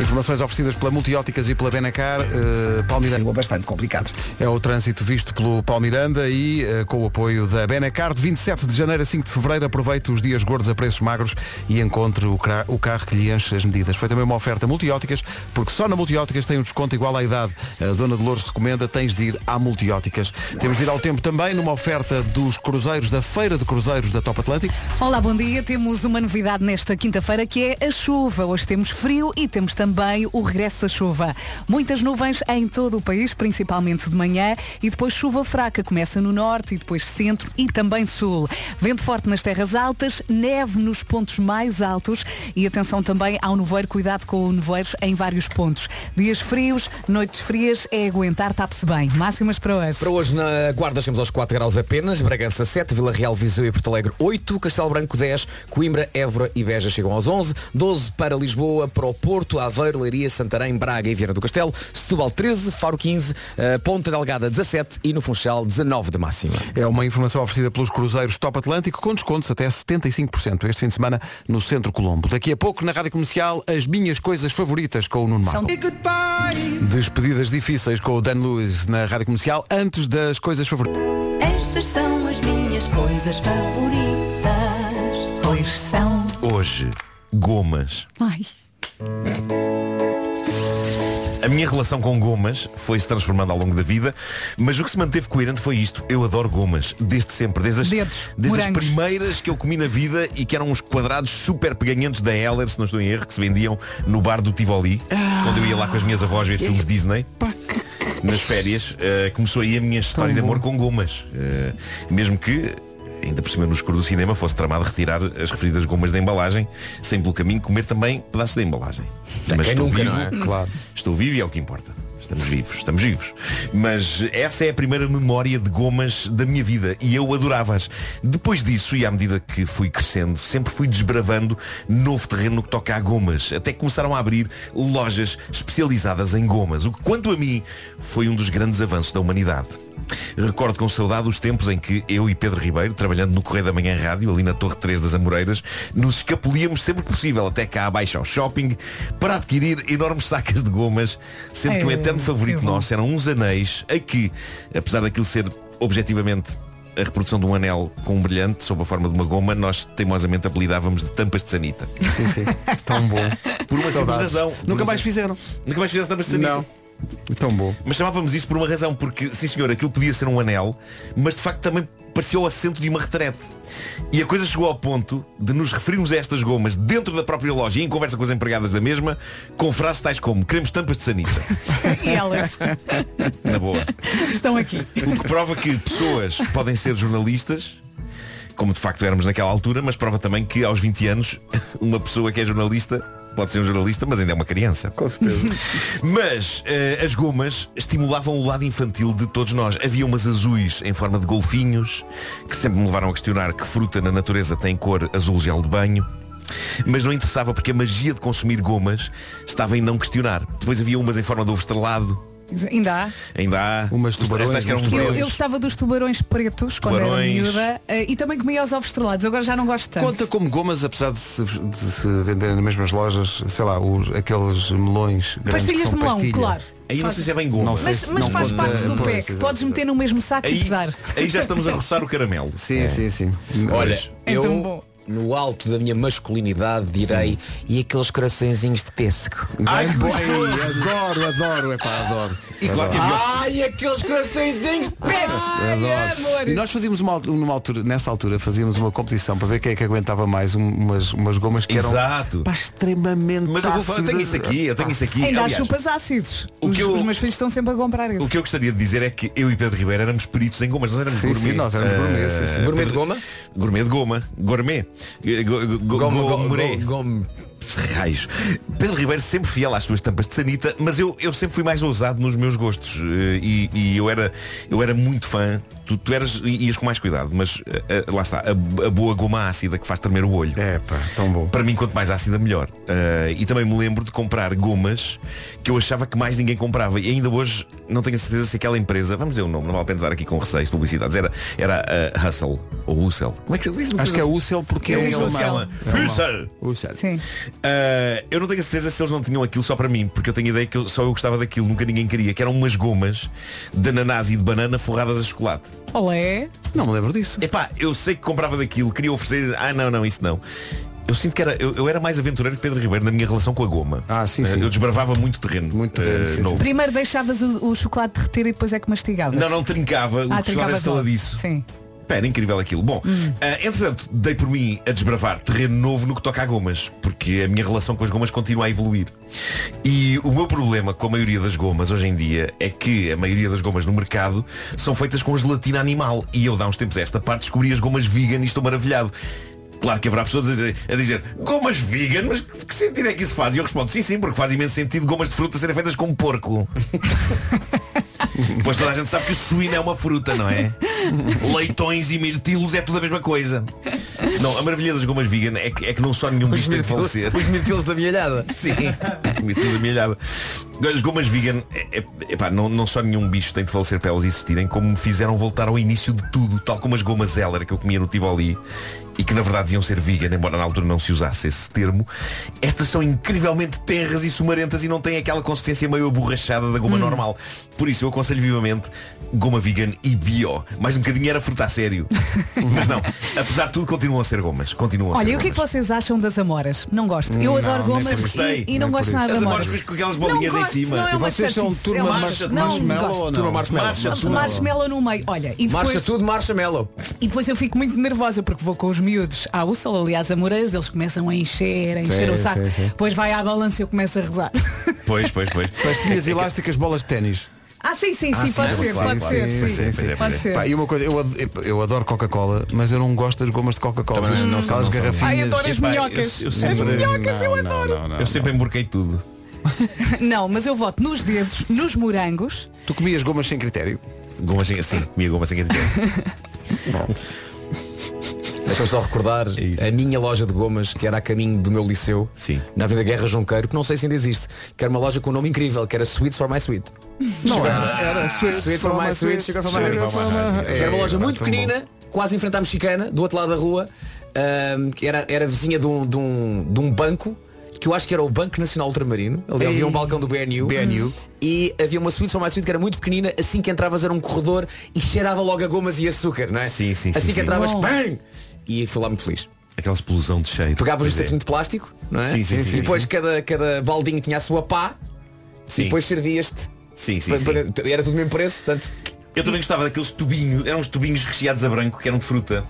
Speaker 2: Informações oferecidas pela Multióticas e pela Benacar. eh, Paulo Miranda.
Speaker 3: bastante complicado.
Speaker 2: É o trânsito visto pelo Paulo Miranda e eh, com o apoio da Benacar. De 27 de janeiro a 5 de fevereiro, aproveite os dias gordos a preços magros e encontre o, cra- o carro que lhe enche as medidas. Foi também uma oferta Multióticas, porque só na Multióticas tem um desconto igual à idade. A Dona Dolores recomenda, tens de ir à Multióticas. Temos de ir ao tempo também numa oferta dos cruzeiros, da Feira de Cruzeiros da Top Atlântico.
Speaker 1: Olá, bom dia. Temos uma novidade nesta quinta-feira que é a chuva. Hoje temos frio e temos também o regresso da chuva. Muitas nuvens em todo o país, principalmente de manhã, e depois chuva fraca. Começa no norte e depois centro e também sul. Vento forte nas terras altas, neve nos pontos mais altos e atenção também ao nevoeiro. Cuidado com o nevoeiro em vários pontos. Dias frios, noites frias, é aguentar, tape-se bem. Máximas para hoje.
Speaker 11: Para hoje na Guarda chegamos aos 4 graus apenas, Bragança 7, Vila Real, Viseu e Porto Alegre 8, Castelo Branco 10, Coimbra, Évora e Beja chegam aos 11, 12 para Lisboa, para o Porto, Aveiro, Leiria, Santarém, Braga e Viana do Castelo, Setúbal 13, Faro 15, eh, Ponta Delgada 17 e no Funchal 19 de máxima.
Speaker 2: É uma informação oferecida pelos cruzeiros Top Atlântico com descontos até 75% este fim de semana no Centro Colombo. Daqui a pouco na Rádio Comercial as minhas coisas favoritas com o Nuno
Speaker 1: Então,
Speaker 2: Marco. Despedidas difíceis com o Dan Lewis na Rádio Comercial antes das coisas favoritas.
Speaker 4: Estas são as minhas coisas favoritas. Pois são.
Speaker 12: Hoje, gomas.
Speaker 1: Ai.
Speaker 12: A minha relação com gomas foi se transformando ao longo da vida, mas o que se manteve coerente foi isto. Eu adoro gomas, desde sempre, desde as, desde as
Speaker 1: morangos.
Speaker 12: primeiras que eu comi na vida e que eram uns quadrados super peganhentos da Heller, se não estou em erro, que se vendiam no bar do Tivoli, quando eu ia lá com as minhas avós ver filmes Disney. Nas férias, eh, começou aí a minha história de amor com gomas. Eh, mesmo que ainda por cima no escuro do cinema fosse tramado retirar as referidas gomas da embalagem, sem pelo caminho comer também pedaços da embalagem.
Speaker 11: Já quem nunca, não é? Claro.
Speaker 12: Estou vivo e é o que importa. Estamos vivos, estamos vivos. Mas essa é a primeira memória de gomas da minha vida e eu adorava-as. Depois disso, e à medida que fui crescendo, sempre fui desbravando novo terreno no que toca a gomas. Até que começaram a abrir lojas especializadas em gomas, o que, quanto a mim, foi um dos grandes avanços da humanidade. Recordo com saudade os tempos em que eu e Pedro Ribeiro, trabalhando no Correio da Manhã Rádio, ali na Torre 3 das Amoreiras, nos escapolíamos sempre que possível, até cá abaixo ao shopping, para adquirir enormes sacas de gomas, sendo que o
Speaker 22: É,
Speaker 12: eterno favorito nosso eram uns anéis a que, apesar daquilo ser objetivamente a reprodução de um anel com um brilhante sob a forma de uma goma, nós teimosamente apelidávamos de tampas de sanita.
Speaker 2: Sim, sim. Tão bom.
Speaker 12: Por uma simples
Speaker 2: Saudades.
Speaker 12: razão.
Speaker 2: Nunca mais fizeram.
Speaker 12: Nunca mais fizeram tampas de sanita.
Speaker 2: Não. Tão bom.
Speaker 12: Mas chamávamos isso por uma razão, porque, sim senhor, aquilo podia ser um anel, mas de facto também parecia o assento de uma retrete. E a coisa chegou ao ponto de nos referirmos a estas gomas dentro da própria loja e em conversa com as empregadas da mesma, com frases tais como queremos tampas de sanita.
Speaker 1: E elas
Speaker 12: Na boa.
Speaker 1: estão aqui.
Speaker 12: O que prova que pessoas podem ser jornalistas, como de facto éramos naquela altura, mas prova também que aos 20 anos uma pessoa que é jornalista pode ser um jornalista, mas ainda é uma criança. Com certeza. Mas eh, as gomas estimulavam o lado infantil de todos nós. Havia umas azuis em forma de golfinhos, que sempre me levaram a questionar que fruta na natureza tem cor azul gel de banho. Mas não interessava porque a magia de consumir gomas estava em não questionar. Depois havia umas em forma de ovo estrelado,
Speaker 1: Ainda há.
Speaker 12: Ainda há.
Speaker 2: Umas
Speaker 12: tubarões. é? Estas que eram uns
Speaker 1: Eu, eu
Speaker 12: tubarões.
Speaker 1: gostava dos tubarões pretos quando era
Speaker 2: Tubarões.
Speaker 1: miúda eh, e também comia os ovos estrelados. Agora já não gosto tanto.
Speaker 2: Conta como gomas, apesar de se, de se venderem nas mesmas lojas, sei lá, os, aqueles melões grandes que
Speaker 1: Pastilhas
Speaker 2: são
Speaker 1: de melão,
Speaker 2: pastilha.
Speaker 1: claro.
Speaker 12: Aí não sei se é bem goma.
Speaker 2: Não sei
Speaker 1: Mas,
Speaker 2: se
Speaker 1: mas
Speaker 2: não
Speaker 1: faz
Speaker 2: conta-
Speaker 1: parte do
Speaker 2: pois,
Speaker 1: pack.
Speaker 2: exato.
Speaker 1: Podes meter no mesmo saco e pesar.
Speaker 12: Aí já estamos a roçar o caramelo.
Speaker 2: Sim, sim, sim.
Speaker 11: Olha,
Speaker 12: Pois.
Speaker 1: É tão
Speaker 11: eu
Speaker 1: bom.
Speaker 11: no alto da minha masculinidade direi e aqueles coraçõezinhos de pêssego.
Speaker 2: Ai, adoro, adoro, é pá, adoro.
Speaker 11: E claro
Speaker 12: é
Speaker 11: que
Speaker 2: Adoro.
Speaker 11: havia- Ai, aqueles coraçõezinhos de pêssego.
Speaker 2: Adoro. E nós fazíamos uma, al- numa altura, nessa altura, fazíamos uma competição para ver quem é que aguentava mais um- umas, umas gomas que
Speaker 12: Exato.
Speaker 2: eram pá, extremamente.
Speaker 12: Mas eu vou falar, eu tenho isso aqui, eu tenho isso aqui.
Speaker 1: Ainda há
Speaker 12: Aliás,
Speaker 1: chupas ácidos.
Speaker 12: o
Speaker 1: Os,
Speaker 12: que eu-
Speaker 1: os meus filhos estão sempre a comprar isso.
Speaker 12: O que eu gostaria de dizer é que eu e Pedro Ribeiro éramos peritos em gomas, nós éramos
Speaker 2: Sim,
Speaker 12: gourmet.
Speaker 2: sim, nós éramos gourmet,
Speaker 12: Ah,
Speaker 2: sim, sim.
Speaker 11: Gourmet de
Speaker 12: Pedro-
Speaker 11: goma?
Speaker 12: Gourmet de goma. Gourmet. Go- go- go-
Speaker 11: Goma, go-
Speaker 12: Gomoré.
Speaker 11: go- gom-
Speaker 12: Raios. Pedro Ribeiro sempre fiel às suas tampas de sanita, mas eu, eu sempre fui mais ousado nos meus gostos. eh, E, e eu, era, eu era muito fã. Tu, tu eras, i- ias com mais cuidado, mas eh, eh, lá está, a, a boa goma ácida que faz tremer o olho.
Speaker 2: É, pá, tão bom.
Speaker 12: Para mim, quanto mais ácida, melhor. Eh, e também me lembro de comprar gomas que eu achava que mais ninguém comprava. E ainda hoje não tenho a certeza se aquela empresa, vamos dizer o nome, não vale a pena estar aqui com receios de publicidades, era, era a Hustle ou Hussel. Como é que se diz?
Speaker 2: Acho que é Ussel porque
Speaker 12: É
Speaker 2: é,
Speaker 12: Ussel.
Speaker 2: alemão.
Speaker 12: É
Speaker 2: alemão.
Speaker 12: Ussel.
Speaker 2: Ussel.
Speaker 12: Uh, eu não tenho a certeza se eles não tinham aquilo só para mim, porque eu tenho a ideia que eu- só eu gostava daquilo, nunca ninguém queria, que eram umas gomas de ananás e de banana forradas a chocolate.
Speaker 1: Olé.
Speaker 2: Não me lembro disso.
Speaker 12: Epá, eu sei que comprava daquilo, queria oferecer, ah não, não, isso não. Eu sinto que era, eu, eu era mais aventureiro que Pedro Ribeiro na minha relação com a goma. Ah, sim, sim. Eu desbravava muito terreno. Muito
Speaker 2: terreno, sim, sim.
Speaker 12: novo.
Speaker 1: Primeiro deixavas o, o chocolate derreter e depois é que mastigavas.
Speaker 12: Não, não trincava, o
Speaker 1: Ah,
Speaker 12: que se
Speaker 1: trincavas
Speaker 12: estava
Speaker 1: logo.
Speaker 12: disso.
Speaker 1: Sim.
Speaker 12: Pá, Era incrível aquilo. Bom, ah, entretanto, dei por mim a desbravar terreno novo no que toca a gomas, porque a minha relação com as gomas continua a evoluir. E o meu problema com a maioria das gomas hoje em dia é que a maioria das gomas no mercado são feitas com gelatina animal. E eu, há uns tempos a esta parte, descobri as gomas vegan e estou maravilhado. Claro que haverá pessoas a dizer, a dizer gomas vegan, mas que que sentido é que isso faz? E eu respondo, sim, sim, porque faz imenso sentido gomas de fruta serem feitas com porco. Pois toda a gente sabe que o suíno é uma fruta, não é? Leitões e mirtilos é tudo a mesma coisa. Não, a maravilha das gomas vegan é que, é que não só nenhum bicho tem de
Speaker 11: mirtilos-
Speaker 12: falecer.
Speaker 11: os mirtilos da milhada.
Speaker 12: Sim, mirtilos da milhada. As gomas vegan, é, é- epá, não, não só nenhum bicho tem de falecer para elas existirem, como me fizeram voltar ao início de tudo, tal como as gomas Zeller que eu comia no Tivoli e que na verdade deviam ser vegan, embora na altura não se usasse esse termo, estas são incrivelmente terras e sumarentas e não têm aquela consistência meio aborrachada da
Speaker 1: Hum.
Speaker 12: goma normal. Por isso eu aconselho vivamente goma vegan e bio. Mais um bocadinho era fruta a sério. Mas não, apesar de tudo continuam a ser gomas. Continuam a ser
Speaker 1: Olha, e o que é que
Speaker 12: gomas.
Speaker 1: vocês acham das amoras? Não gosto. Eu
Speaker 12: Não,
Speaker 1: adoro
Speaker 12: nem
Speaker 1: gomas
Speaker 12: sempre gostei.
Speaker 1: e, e não
Speaker 12: Nem por
Speaker 1: gosto
Speaker 12: isso.
Speaker 1: nada de
Speaker 12: As amoras
Speaker 1: amoras.
Speaker 12: com aquelas bolinhas
Speaker 1: não
Speaker 12: em
Speaker 1: gosto,
Speaker 12: cima.
Speaker 1: Não é
Speaker 12: E
Speaker 1: uma
Speaker 2: vocês são
Speaker 1: chatice,
Speaker 2: turma
Speaker 1: é uma-
Speaker 2: marcha-
Speaker 1: não
Speaker 2: marshmallow
Speaker 1: gosto.
Speaker 2: ou não? Turma marshmallow. Marshmallow.
Speaker 1: Marshmallow no meio. Olha, e depois...
Speaker 11: Marcha tudo, marcha melo.
Speaker 1: E depois eu fico muito nervosa porque vou com os miúdos à Ússula, aliás, a Moreiras, eles começam a encher, a encher
Speaker 2: Sim,
Speaker 1: o saco.
Speaker 2: sim, sim.
Speaker 1: Depois vai à balança e eu começo a rezar.
Speaker 12: Pois, pois, pois. É
Speaker 2: Pastilhas elásticas, bolas de ténis.
Speaker 1: Ah, sim, sim,
Speaker 2: Ah,
Speaker 1: sim,
Speaker 2: sim,
Speaker 1: pode
Speaker 2: claro,
Speaker 1: ser,
Speaker 2: claro,
Speaker 1: pode
Speaker 2: claro.
Speaker 1: ser, sim.
Speaker 2: Sim, sim, sim.
Speaker 1: Pode ser.
Speaker 2: Pá, e uma coisa, eu, ad- eu adoro Coca-Cola, mas eu não gosto das gomas de Coca-Cola.
Speaker 12: Também não
Speaker 2: Aquelas
Speaker 12: são- não são
Speaker 2: garrafinhas.
Speaker 1: Ai, adoro as minhocas.
Speaker 12: eu- eu
Speaker 1: as
Speaker 12: sempre-
Speaker 1: minhocas eu adoro.
Speaker 12: eu sempre emborquei tudo.
Speaker 1: Não, mas eu voto nos dedos, nos morangos.
Speaker 2: Tu comias gomas sem critério.
Speaker 12: Gomas sem assim, comia gomas sem critério.
Speaker 11: Deixa-me só recordar a minha loja de gomas, que era a caminho do meu liceu, na Avenida Guerra Junqueiro, que não sei se ainda existe, que era uma loja com um nome incrível, que era Sweets for My Sweet.
Speaker 2: Não,
Speaker 11: Sugar-
Speaker 2: era, era sweet,
Speaker 11: Sweet for My Sweet, Sugar for My Honey. Era uma loja muito pequenina, quase em frente à mexicana, do outro lado da rua, ahm, que era, era vizinha de um, de, um, de um banco, que eu acho que era o Banco Nacional Ultramarino. Ali
Speaker 2: Ei.
Speaker 11: havia um balcão do BNU.
Speaker 2: BNU.
Speaker 11: E havia uma suíte, só mais suíte, que era muito pequenina. Assim que entravas era um corredor e cheirava logo a gomas e açúcar, não é? Sim,
Speaker 12: sim,
Speaker 11: Assim
Speaker 12: sim,
Speaker 11: que
Speaker 12: sim.
Speaker 11: entravas,
Speaker 12: Bom.
Speaker 11: bang! E fui lá muito feliz.
Speaker 12: Aquela explosão de cheiro.
Speaker 11: Pegavas
Speaker 12: Pois
Speaker 11: um
Speaker 12: é.
Speaker 11: saquinho de plástico, não é?
Speaker 12: Sim, sim,
Speaker 11: e
Speaker 12: sim,
Speaker 11: depois
Speaker 12: sim.
Speaker 11: Cada, cada baldinho tinha a sua pá
Speaker 12: Sim.
Speaker 11: e depois servias-te.
Speaker 12: Sim, sim,
Speaker 11: Pa-
Speaker 12: sim.
Speaker 11: para- Era tudo o mesmo preço, portanto.
Speaker 12: Eu também gostava daqueles tubinhos, eram uns tubinhos recheados a branco que eram de fruta.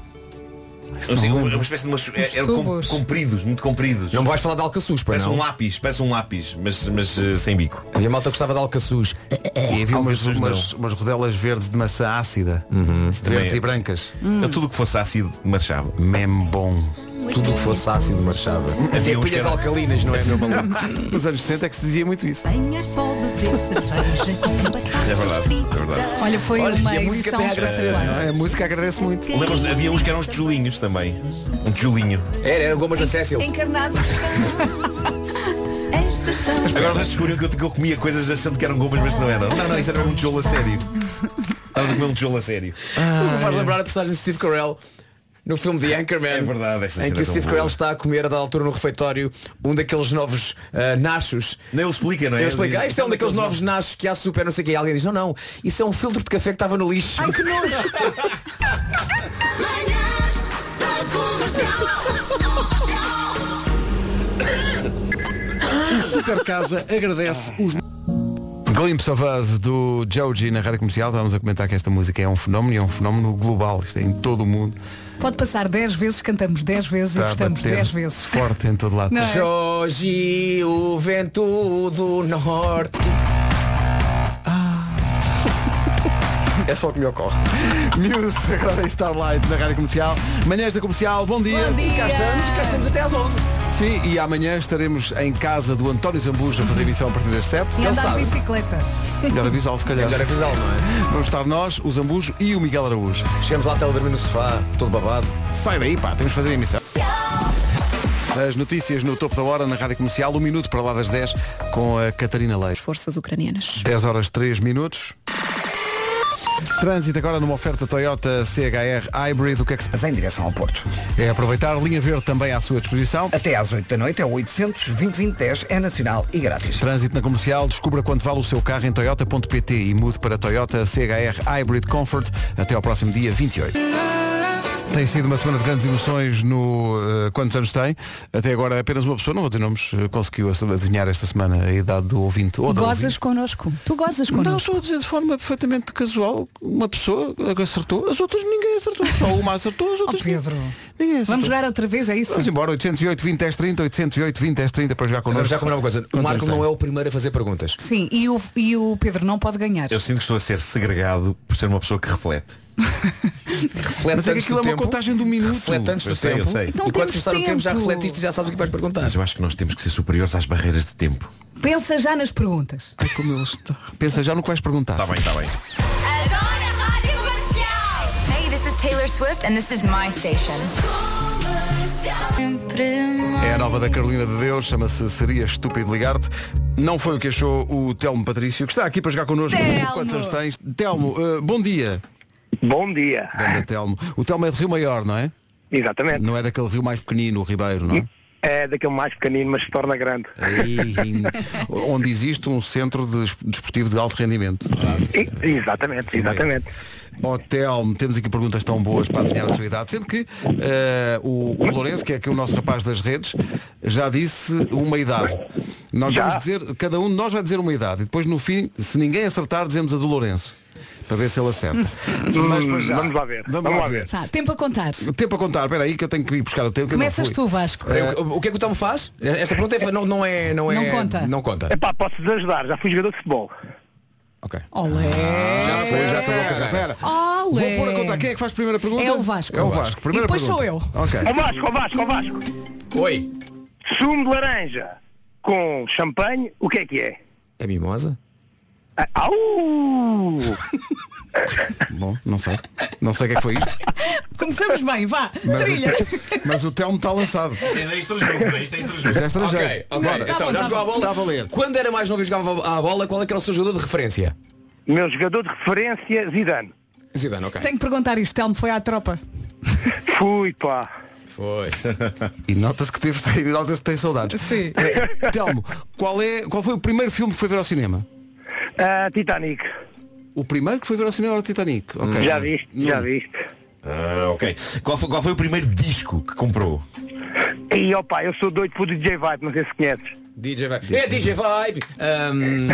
Speaker 12: Ou seja, uma espécie de uma, é,
Speaker 11: Uns
Speaker 12: eram com-
Speaker 11: tubos.
Speaker 12: compridos, muito compridos.
Speaker 11: Não vais falar de alcaçuz, pois
Speaker 12: Parece
Speaker 11: não?
Speaker 12: um lápis, parece um lápis, mas, mas eh, sem bico.
Speaker 11: Havia malta que gostava de alcaçuz.
Speaker 2: E havia umas,
Speaker 12: Alcaçuz,
Speaker 2: umas, umas rodelas verdes de maçã ácida.
Speaker 11: Uhum.
Speaker 12: Também
Speaker 2: Verdes
Speaker 12: é.
Speaker 2: e brancas.
Speaker 11: Hum.
Speaker 12: Eu tudo o que fosse ácido marchava.
Speaker 2: Mem bom.
Speaker 11: Tudo o que fosse ácido marchava. Até
Speaker 12: Havia uns que
Speaker 11: pilhas
Speaker 12: eram-
Speaker 11: alcalinas, não é, meu maluco?
Speaker 2: Nos anos 60 é que se dizia muito isso.
Speaker 12: É verdade, é verdade.
Speaker 1: Olha, foi uma
Speaker 2: e a música
Speaker 1: edição
Speaker 2: tem graça,
Speaker 1: espetacular.
Speaker 2: não é? A música agradece muito.
Speaker 12: Lembras-te, havia uns que eram uns tijolinhos também. Um tijolinho.
Speaker 11: Era, era gomas da Cécil.
Speaker 1: Encarnados.
Speaker 12: Agora vocês descobriram que eu, que eu comia coisas achando que eram gomas, mas que não eram. Não, não, isso era mesmo um tijolo a sério. Estavas a comer um tijolo a sério.
Speaker 11: O que Ah, me
Speaker 2: é.
Speaker 11: faz lembrar a personagem de Steve Carell no filme The Anchorman.
Speaker 12: É verdade, essa
Speaker 11: Em
Speaker 12: cena
Speaker 11: que
Speaker 12: é
Speaker 11: o
Speaker 12: tão
Speaker 11: Steve
Speaker 12: boa.
Speaker 11: Carell está a comer a da altura no refeitório um daqueles novos ah, nachos.
Speaker 12: Não, ele explica, não é?
Speaker 11: Ele explica,
Speaker 12: Ele diz,
Speaker 11: "Ah, isto é um daqueles novos nachos que há super, não sei o quê. E alguém diz, não, não, isso é um filtro de café que estava no lixo.
Speaker 19: Ai, que nojo.
Speaker 2: O Super Casa agradece os. Ah. Glimpse of Us do Joji na rádio comercial. Estávamos a comentar que esta música é um fenómeno e é um fenómeno global. Isto é em todo o mundo.
Speaker 1: Pode passar 10 vezes, cantamos 10 vezes e
Speaker 2: Está a
Speaker 1: gostamos
Speaker 2: bater
Speaker 1: 10 vezes.
Speaker 2: Forte em todo lado.
Speaker 1: Não é?
Speaker 11: Jorge, o vento do norte.
Speaker 2: É só o que me ocorre. Muse, agora em Starlight na rádio comercial. Manhãs da comercial, bom dia.
Speaker 11: Bom dia. Cá estamos, cá estamos até às 11.
Speaker 2: Sim, e amanhã estaremos em casa do António Zambujo a fazer emissão a partir das 7.
Speaker 1: E
Speaker 2: Ele
Speaker 1: andar de
Speaker 2: sabe.
Speaker 1: bicicleta.
Speaker 2: Melhor avisá-lo, se calhar.
Speaker 11: Melhor avisá-lo, não é?
Speaker 2: Vamos estar nós, o Zambujo e o Miguel Araújo.
Speaker 11: Chegamos lá até ele dormir no sofá, todo babado.
Speaker 2: Sai daí, pá, temos de fazer a emissão. As notícias no topo da hora na Rádio Comercial, um minuto para lá das 10, com a Catarina Leite.
Speaker 16: Forças ucranianas.
Speaker 2: 10 horas 3 minutos. Trânsito agora numa oferta Toyota CHR Hybrid, o que é que se
Speaker 3: Mas em direção ao Porto.
Speaker 2: É aproveitar, linha verde também à sua disposição.
Speaker 3: Até às 8 da noite é o 800 2010 é nacional e grátis.
Speaker 2: Trânsito na comercial, descubra quanto vale o seu carro em toyota.pt e mude para Toyota CHR Hybrid Comfort até ao próximo dia 28. Tem sido uma semana de grandes emoções no eh, quantos anos tem. Até agora apenas uma pessoa, não vou dizer nomes, eh, conseguiu adivinhar esta semana a idade do ouvinte. Ou da
Speaker 16: Gozas
Speaker 2: ouvinte.
Speaker 16: connosco. Tu gozas connosco.
Speaker 2: Não, estou a dizer de forma perfeitamente casual. Uma pessoa acertou, as outras ninguém acertou. Só uma acertou, as outras Pedro. ninguém acertou.
Speaker 1: oh, Vamos jogar outra vez, é isso?
Speaker 2: Vamos embora, 808 20 10 30, 808 20 10 30 para jogar
Speaker 11: Agora
Speaker 2: connosco.
Speaker 11: já combinar uma coisa, o
Speaker 2: Quantos
Speaker 11: Marco
Speaker 2: anos
Speaker 11: não
Speaker 2: tem?
Speaker 11: é o primeiro a fazer perguntas.
Speaker 1: Sim, e o, e o Pedro não pode ganhar.
Speaker 12: Eu sinto que estou a ser segregado por ser uma pessoa que reflete.
Speaker 11: Reflete
Speaker 2: Mas é que aquilo
Speaker 11: antes
Speaker 2: é
Speaker 11: do
Speaker 2: uma
Speaker 11: tempo.
Speaker 2: contagem do minuto.
Speaker 11: Reflete antes
Speaker 12: Eu
Speaker 11: do
Speaker 12: sei, eu
Speaker 11: tempo.
Speaker 12: sei.
Speaker 11: E
Speaker 12: Não
Speaker 11: quando
Speaker 1: temos
Speaker 11: começar o tempo já
Speaker 1: tempo.
Speaker 11: refletiste e já sabes o que vais perguntar.
Speaker 12: Mas eu acho que nós temos que ser superiores às barreiras de tempo.
Speaker 1: Pensa já nas perguntas.
Speaker 2: Ai, como ele está. Pensa já no que vais perguntar.
Speaker 12: Está Tá bem, está bem.
Speaker 5: Hey, this is Taylor Swift and this is my station.
Speaker 2: É a nova da Carolina de Deus, chama-se Seria Estúpido Ligar-te. Não foi o que achou o Telmo Patrício, que está aqui para jogar connosco.
Speaker 14: Telmo!
Speaker 2: Quantos anos tens? Telmo, eh, bom dia.
Speaker 22: Bom dia.
Speaker 2: Ganda Telmo. O Telmo é de Rio Maior, não é?
Speaker 22: Exatamente.
Speaker 2: Não é daquele rio mais pequenino, o Ribeiro, não é?
Speaker 22: É daquele mais pequenino, mas se torna grande.
Speaker 2: Aí, em- onde existe um centro de es- desportivo de alto rendimento.
Speaker 22: E- exatamente, exatamente.
Speaker 2: Ó Telmo, temos aqui perguntas tão boas para adivinhar a sua idade, sendo que eh, o,
Speaker 22: Hum?
Speaker 2: o Lourenço, que é aqui o nosso rapaz das redes, já disse uma idade. Nós
Speaker 22: Já?
Speaker 2: vamos dizer, cada um de nós vai dizer uma idade e depois no fim, se ninguém acertar, dizemos a do Lourenço. Para ver se ele acerta. Mas para já.
Speaker 22: Hum, vamos lá ver,
Speaker 2: Vamos,
Speaker 22: vamos
Speaker 2: lá
Speaker 22: lá
Speaker 2: ver.
Speaker 1: Tá, tempo a contar.
Speaker 2: Tempo a contar, espera aí que eu tenho que ir buscar o tempo. que eu não
Speaker 1: Começas
Speaker 2: fui.
Speaker 1: tu, Vasco.
Speaker 2: Eh,
Speaker 11: O, o que é que o Tom faz? Esta pergunta é, não, não é, não é.
Speaker 1: Não conta.
Speaker 11: Não conta.
Speaker 22: Epá, posso desajudar, já fui jogador de futebol.
Speaker 1: Olé.
Speaker 11: Já foi, já acabou a carreira.
Speaker 1: Olé.
Speaker 2: Ah, Vou pôr a contar. Quem é que faz a primeira pergunta?
Speaker 1: É o Vasco.
Speaker 2: É o Vasco. Primeira
Speaker 1: e depois
Speaker 2: pergunta.
Speaker 1: sou eu.
Speaker 2: Ok.
Speaker 22: Ó Vasco, ó Vasco, ó Vasco.
Speaker 11: Oi.
Speaker 22: Sumo de laranja com champanhe, o que é que é?
Speaker 11: É mimosa?
Speaker 22: Ah, Au!
Speaker 2: Bom, não sei. Não sei o que é que foi isto.
Speaker 1: Começamos bem, vá. Trilha.
Speaker 2: mas o Telmo está lançado. Isto
Speaker 12: é estrangeiro, isto é
Speaker 2: Isto é estrangeiro.
Speaker 11: Ok, ok.
Speaker 2: Bora.
Speaker 11: Então, já jogou a bola.
Speaker 2: Está a valer.
Speaker 11: Quando era mais novo e jogava a bola, qual é que era o seu jogador de referência?
Speaker 22: Meu jogador de referência, Zidane.
Speaker 11: Zidane, ok.
Speaker 1: Tenho que perguntar isto. Telmo foi à tropa.
Speaker 22: Fui, pá.
Speaker 11: Foi.
Speaker 2: E nota-se que teve e nota-se que tem saudades. Eh,
Speaker 1: Sim.
Speaker 2: Telmo, qual, é, qual foi o primeiro filme que foi ver ao cinema?
Speaker 22: Ah, Titanic.
Speaker 2: O primeiro que foi ver ao cinema era o Titanic. ok.
Speaker 22: Já viste, já viste.
Speaker 12: Ah, ok. Qual foi, qual foi o primeiro disco que comprou?
Speaker 22: E ó pá, eu sou doido por DJ Vibe, não sei se conheces.
Speaker 11: DJ Vibe. É DJ Vibe! Ahm,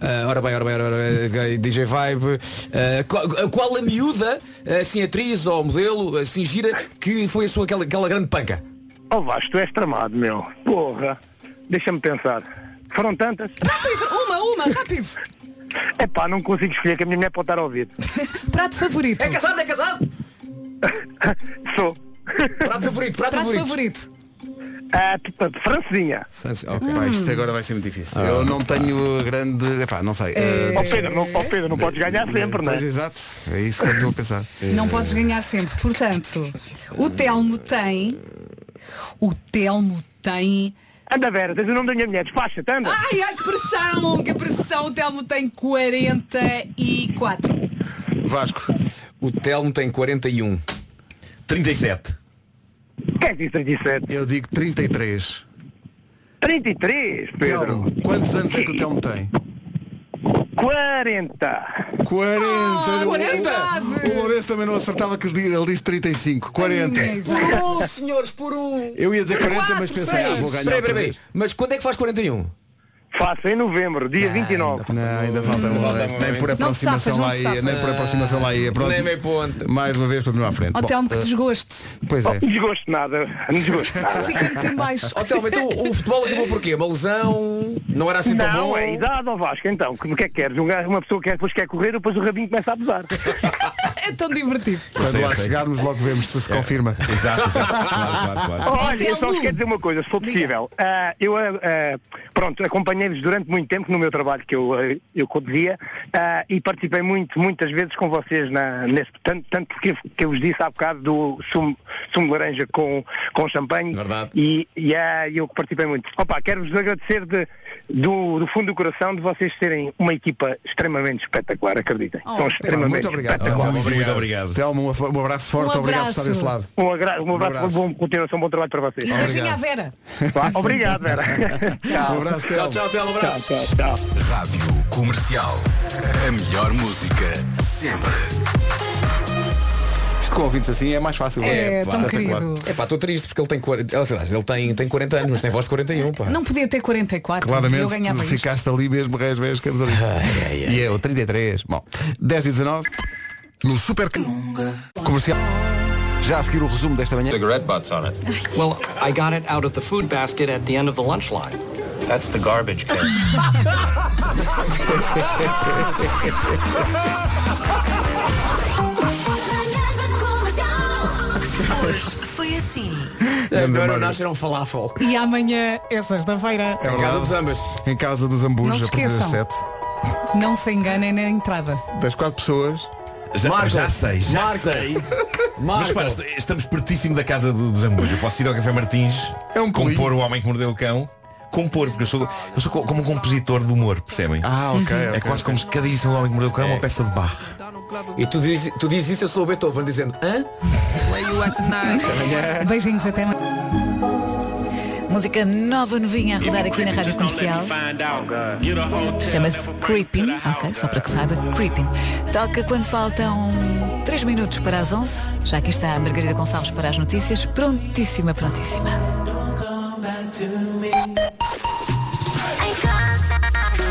Speaker 11: ah, ora bem, ora bem, ora bem, eh, DJ Vibe. Ah, qual, qual a miúda, assim, atriz ou modelo, assim gira, que foi a sua aquela, aquela grande panca?
Speaker 22: Ó Oh, Vasco, tu és tramado, meu. Porra. Deixa-me pensar. Foram tantas?
Speaker 1: Rápido, uma, uma, rápido.
Speaker 22: É pá, não consigo escolher que a minha mulher pode estar a ouvir.
Speaker 1: Prato favorito. É
Speaker 11: casado, é casado?
Speaker 22: Sou.
Speaker 11: Prato favorito, prato,
Speaker 1: favorito.
Speaker 22: Ah, t- t- francesinha.
Speaker 2: Pá, isto agora vai ser muito difícil. Eu não tenho grande. Epá, não sei.
Speaker 11: É. ah,
Speaker 22: Ó Pedro, não, ó Pedro, não podes ganhar sempre, não é?
Speaker 2: Pois exato. É isso que eu estou a pensar.
Speaker 1: Não podes ganhar sempre. Portanto, o Telmo tem. O Telmo tem
Speaker 22: Anda, Vera, tens o nome da minha mulher, despacha-te, anda.
Speaker 23: Ah!
Speaker 1: Ai, ai, que pressão, que pressão. O Telmo tem 44.
Speaker 11: Vasco. O Telmo tem 41.
Speaker 12: 37.
Speaker 22: Quem é que diz 37?
Speaker 2: Eu digo 33.
Speaker 22: 33, Pedro?
Speaker 2: Telmo, quantos anos é que o Telmo tem?
Speaker 22: 40.
Speaker 2: 40. Então,
Speaker 22: Ah, 40?
Speaker 2: O Lourenço também não acertava que ele disse 35. 40.
Speaker 11: Por um, senhores, por um.
Speaker 2: Eu ia dizer 40, mas pensei, ah, vou ganhar
Speaker 11: Peraí,
Speaker 2: outra
Speaker 11: peraí, peraí.
Speaker 2: vez.
Speaker 11: Mas quando é que faz 41?
Speaker 22: Faço em novembro,
Speaker 2: Ah.
Speaker 22: dia 29.
Speaker 2: Não, ainda falta um, é.
Speaker 11: Não
Speaker 2: uma.
Speaker 11: falta
Speaker 2: Nem
Speaker 11: muito.
Speaker 2: por
Speaker 11: Não te
Speaker 2: aproximação
Speaker 11: safas, não
Speaker 2: lá
Speaker 11: te
Speaker 2: ia. Nem
Speaker 11: safas.
Speaker 2: por aproximação lá ia. Pronto.
Speaker 11: Nem é meio ponto.
Speaker 2: Mais uma vez, continua à frente.
Speaker 1: Ó
Speaker 2: Bom,
Speaker 1: Telmo, que
Speaker 2: eh,
Speaker 1: desgosto.
Speaker 2: Pois é.
Speaker 22: Oh, desgosto de nada. Não desgosto de nada.
Speaker 1: Fica muito em baixo.
Speaker 11: Ó Telmo, então o futebol acabou porquê? Uma lesão? Não era assim tão
Speaker 22: não,
Speaker 11: bom?
Speaker 22: é idade, ó Vasco, então, que- o que é que queres? Um gajo- uma pessoa quer, depois quer correr, depois o rabinho começa a pesar.
Speaker 1: É tão divertido.
Speaker 2: Quando
Speaker 12: Sei,
Speaker 2: lá
Speaker 12: sei.
Speaker 2: chegarmos, logo vemos se se confirma.
Speaker 12: Exato, exato. Claro, claro, claro.
Speaker 22: Olha, eu só vos quero dizer uma coisa, se for possível. Ah, eu, ah, ah, pronto, acompanhei-vos durante muito tempo no meu trabalho que eu, ah, eu conduzia ah, e participei muito, muitas vezes com vocês na, nesse, tanto, tanto que, que eu vos disse há bocado do sumo, sumo de laranja com, com champanhe.
Speaker 11: Verdade.
Speaker 22: E, e ah, eu que participei muito. Opa, quero-vos agradecer de- do, do fundo do coração de vocês serem uma equipa extremamente espetacular, acreditem.
Speaker 1: Oh,
Speaker 22: São
Speaker 1: Pá,
Speaker 2: Pá,
Speaker 22: extremamente
Speaker 2: muito obrigado.
Speaker 12: Telmo,
Speaker 2: Telmo.
Speaker 12: muito, obrigado.
Speaker 2: Telmo, um af- um abraço forte.
Speaker 1: Um
Speaker 2: Obrigado por estar
Speaker 1: abraço.
Speaker 2: desse lado.
Speaker 22: Um, agra- um abraço,
Speaker 2: Um
Speaker 22: um
Speaker 2: abraço.
Speaker 22: bom continuação, bom trabalho para vocês.
Speaker 1: E um beijinho
Speaker 2: Obrigado.
Speaker 1: à Vera.
Speaker 22: Tá? Obrigado, Vera.
Speaker 2: Um abraço,
Speaker 11: Tchau,
Speaker 2: Telmo.
Speaker 11: tchau, Telmo, abraço.
Speaker 22: tchau, tchau.
Speaker 14: Rádio Comercial. A melhor música sempre.
Speaker 2: Isto com ouvintes assim é mais fácil.
Speaker 1: É,
Speaker 11: pá,
Speaker 1: tão
Speaker 11: espetacular.
Speaker 1: querido.
Speaker 11: É pá, estou triste porque ele tem 40, ele, aliás, ele tem, tem 40 anos, mas tem voz de 41, pá.
Speaker 1: Não podia ter 44. eu
Speaker 2: Claramente,
Speaker 1: ganhava
Speaker 2: tu
Speaker 1: isto.
Speaker 2: ficaste ali mesmo, reis, reis, que ali. E eu, 33. Bom, 10 e 19. No Super Comercial. Já a seguir o resumo desta manhã.
Speaker 6: cigarette butts on it.
Speaker 7: Well, I got it out of the food basket at the end of the lunch line.
Speaker 6: That's the garbage can.
Speaker 4: Hoje foi assim.
Speaker 11: Agora o Nacho era um falafel.
Speaker 1: E amanhã é sexta-feira.
Speaker 2: É
Speaker 11: Em
Speaker 2: verdade.
Speaker 11: casa dos ambas.
Speaker 2: Em casa dos
Speaker 1: Não
Speaker 2: Ambujos,
Speaker 1: se
Speaker 2: a partir das
Speaker 1: esqueçam.
Speaker 2: 7. É.
Speaker 1: Não se enganem na entrada.
Speaker 2: Das 4 pessoas.
Speaker 12: Já,
Speaker 11: Marco.
Speaker 12: já sei, já
Speaker 11: Marco.
Speaker 12: sei. Mas
Speaker 11: Marco.
Speaker 12: para, est- estamos pertíssimo da casa do- dos Ambos. Eu posso ir ao Café Martins,
Speaker 2: É um colinho.
Speaker 12: compor o homem que mordeu o cão. Compor, porque eu sou, eu sou co- como um compositor de humor, percebem?
Speaker 2: Ah, ok.
Speaker 1: Uhum.
Speaker 12: é quase como se cada edição do homem que mordeu o cão é uma peça de barro.
Speaker 11: E tu dizes tu dizes isso, eu sou o Beethoven, dizendo, hã?
Speaker 1: Beijinhos até amanhã.
Speaker 16: Música nova, novinha a rodar aqui na Rádio Comercial. Chama-se Creeping, ok? Só para que saiba, Creeping. Toca quando faltam 3 minutos para as 11. Já aqui está a Margarida Gonçalves para as notícias. Prontíssima, prontíssima.
Speaker 4: Em casa,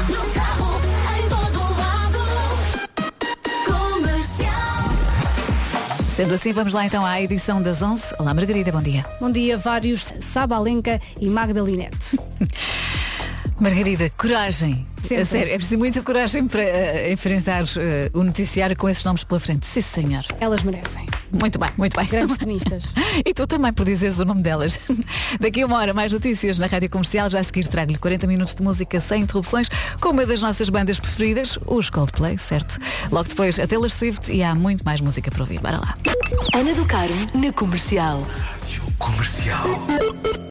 Speaker 4: no carro, em todo lado. Comercial.
Speaker 16: Sendo assim, vamos lá então à edição das 11. Olá, Margarida, bom dia.
Speaker 23: Bom dia, vários Sabalenka e Magdalinete.
Speaker 16: Margarida, coragem.
Speaker 23: Sempre.
Speaker 16: A sério, é preciso muita coragem para eh, enfrentar eh, o noticiário com esses nomes pela frente. Sim, senhor.
Speaker 23: Elas merecem.
Speaker 16: Muito bem, muito bem.
Speaker 23: Grandes tenistas.
Speaker 16: E tu também por dizeres o nome delas. Daqui a uma hora, mais notícias na Rádio Comercial. Já a seguir trago-lhe 40 minutos de música sem interrupções com uma das nossas bandas preferidas, os Coldplay, certo? Logo depois, a Taylor Swift e há muito mais música para ouvir. Bora lá. Ana do Caro, na Comercial.
Speaker 14: Comercial.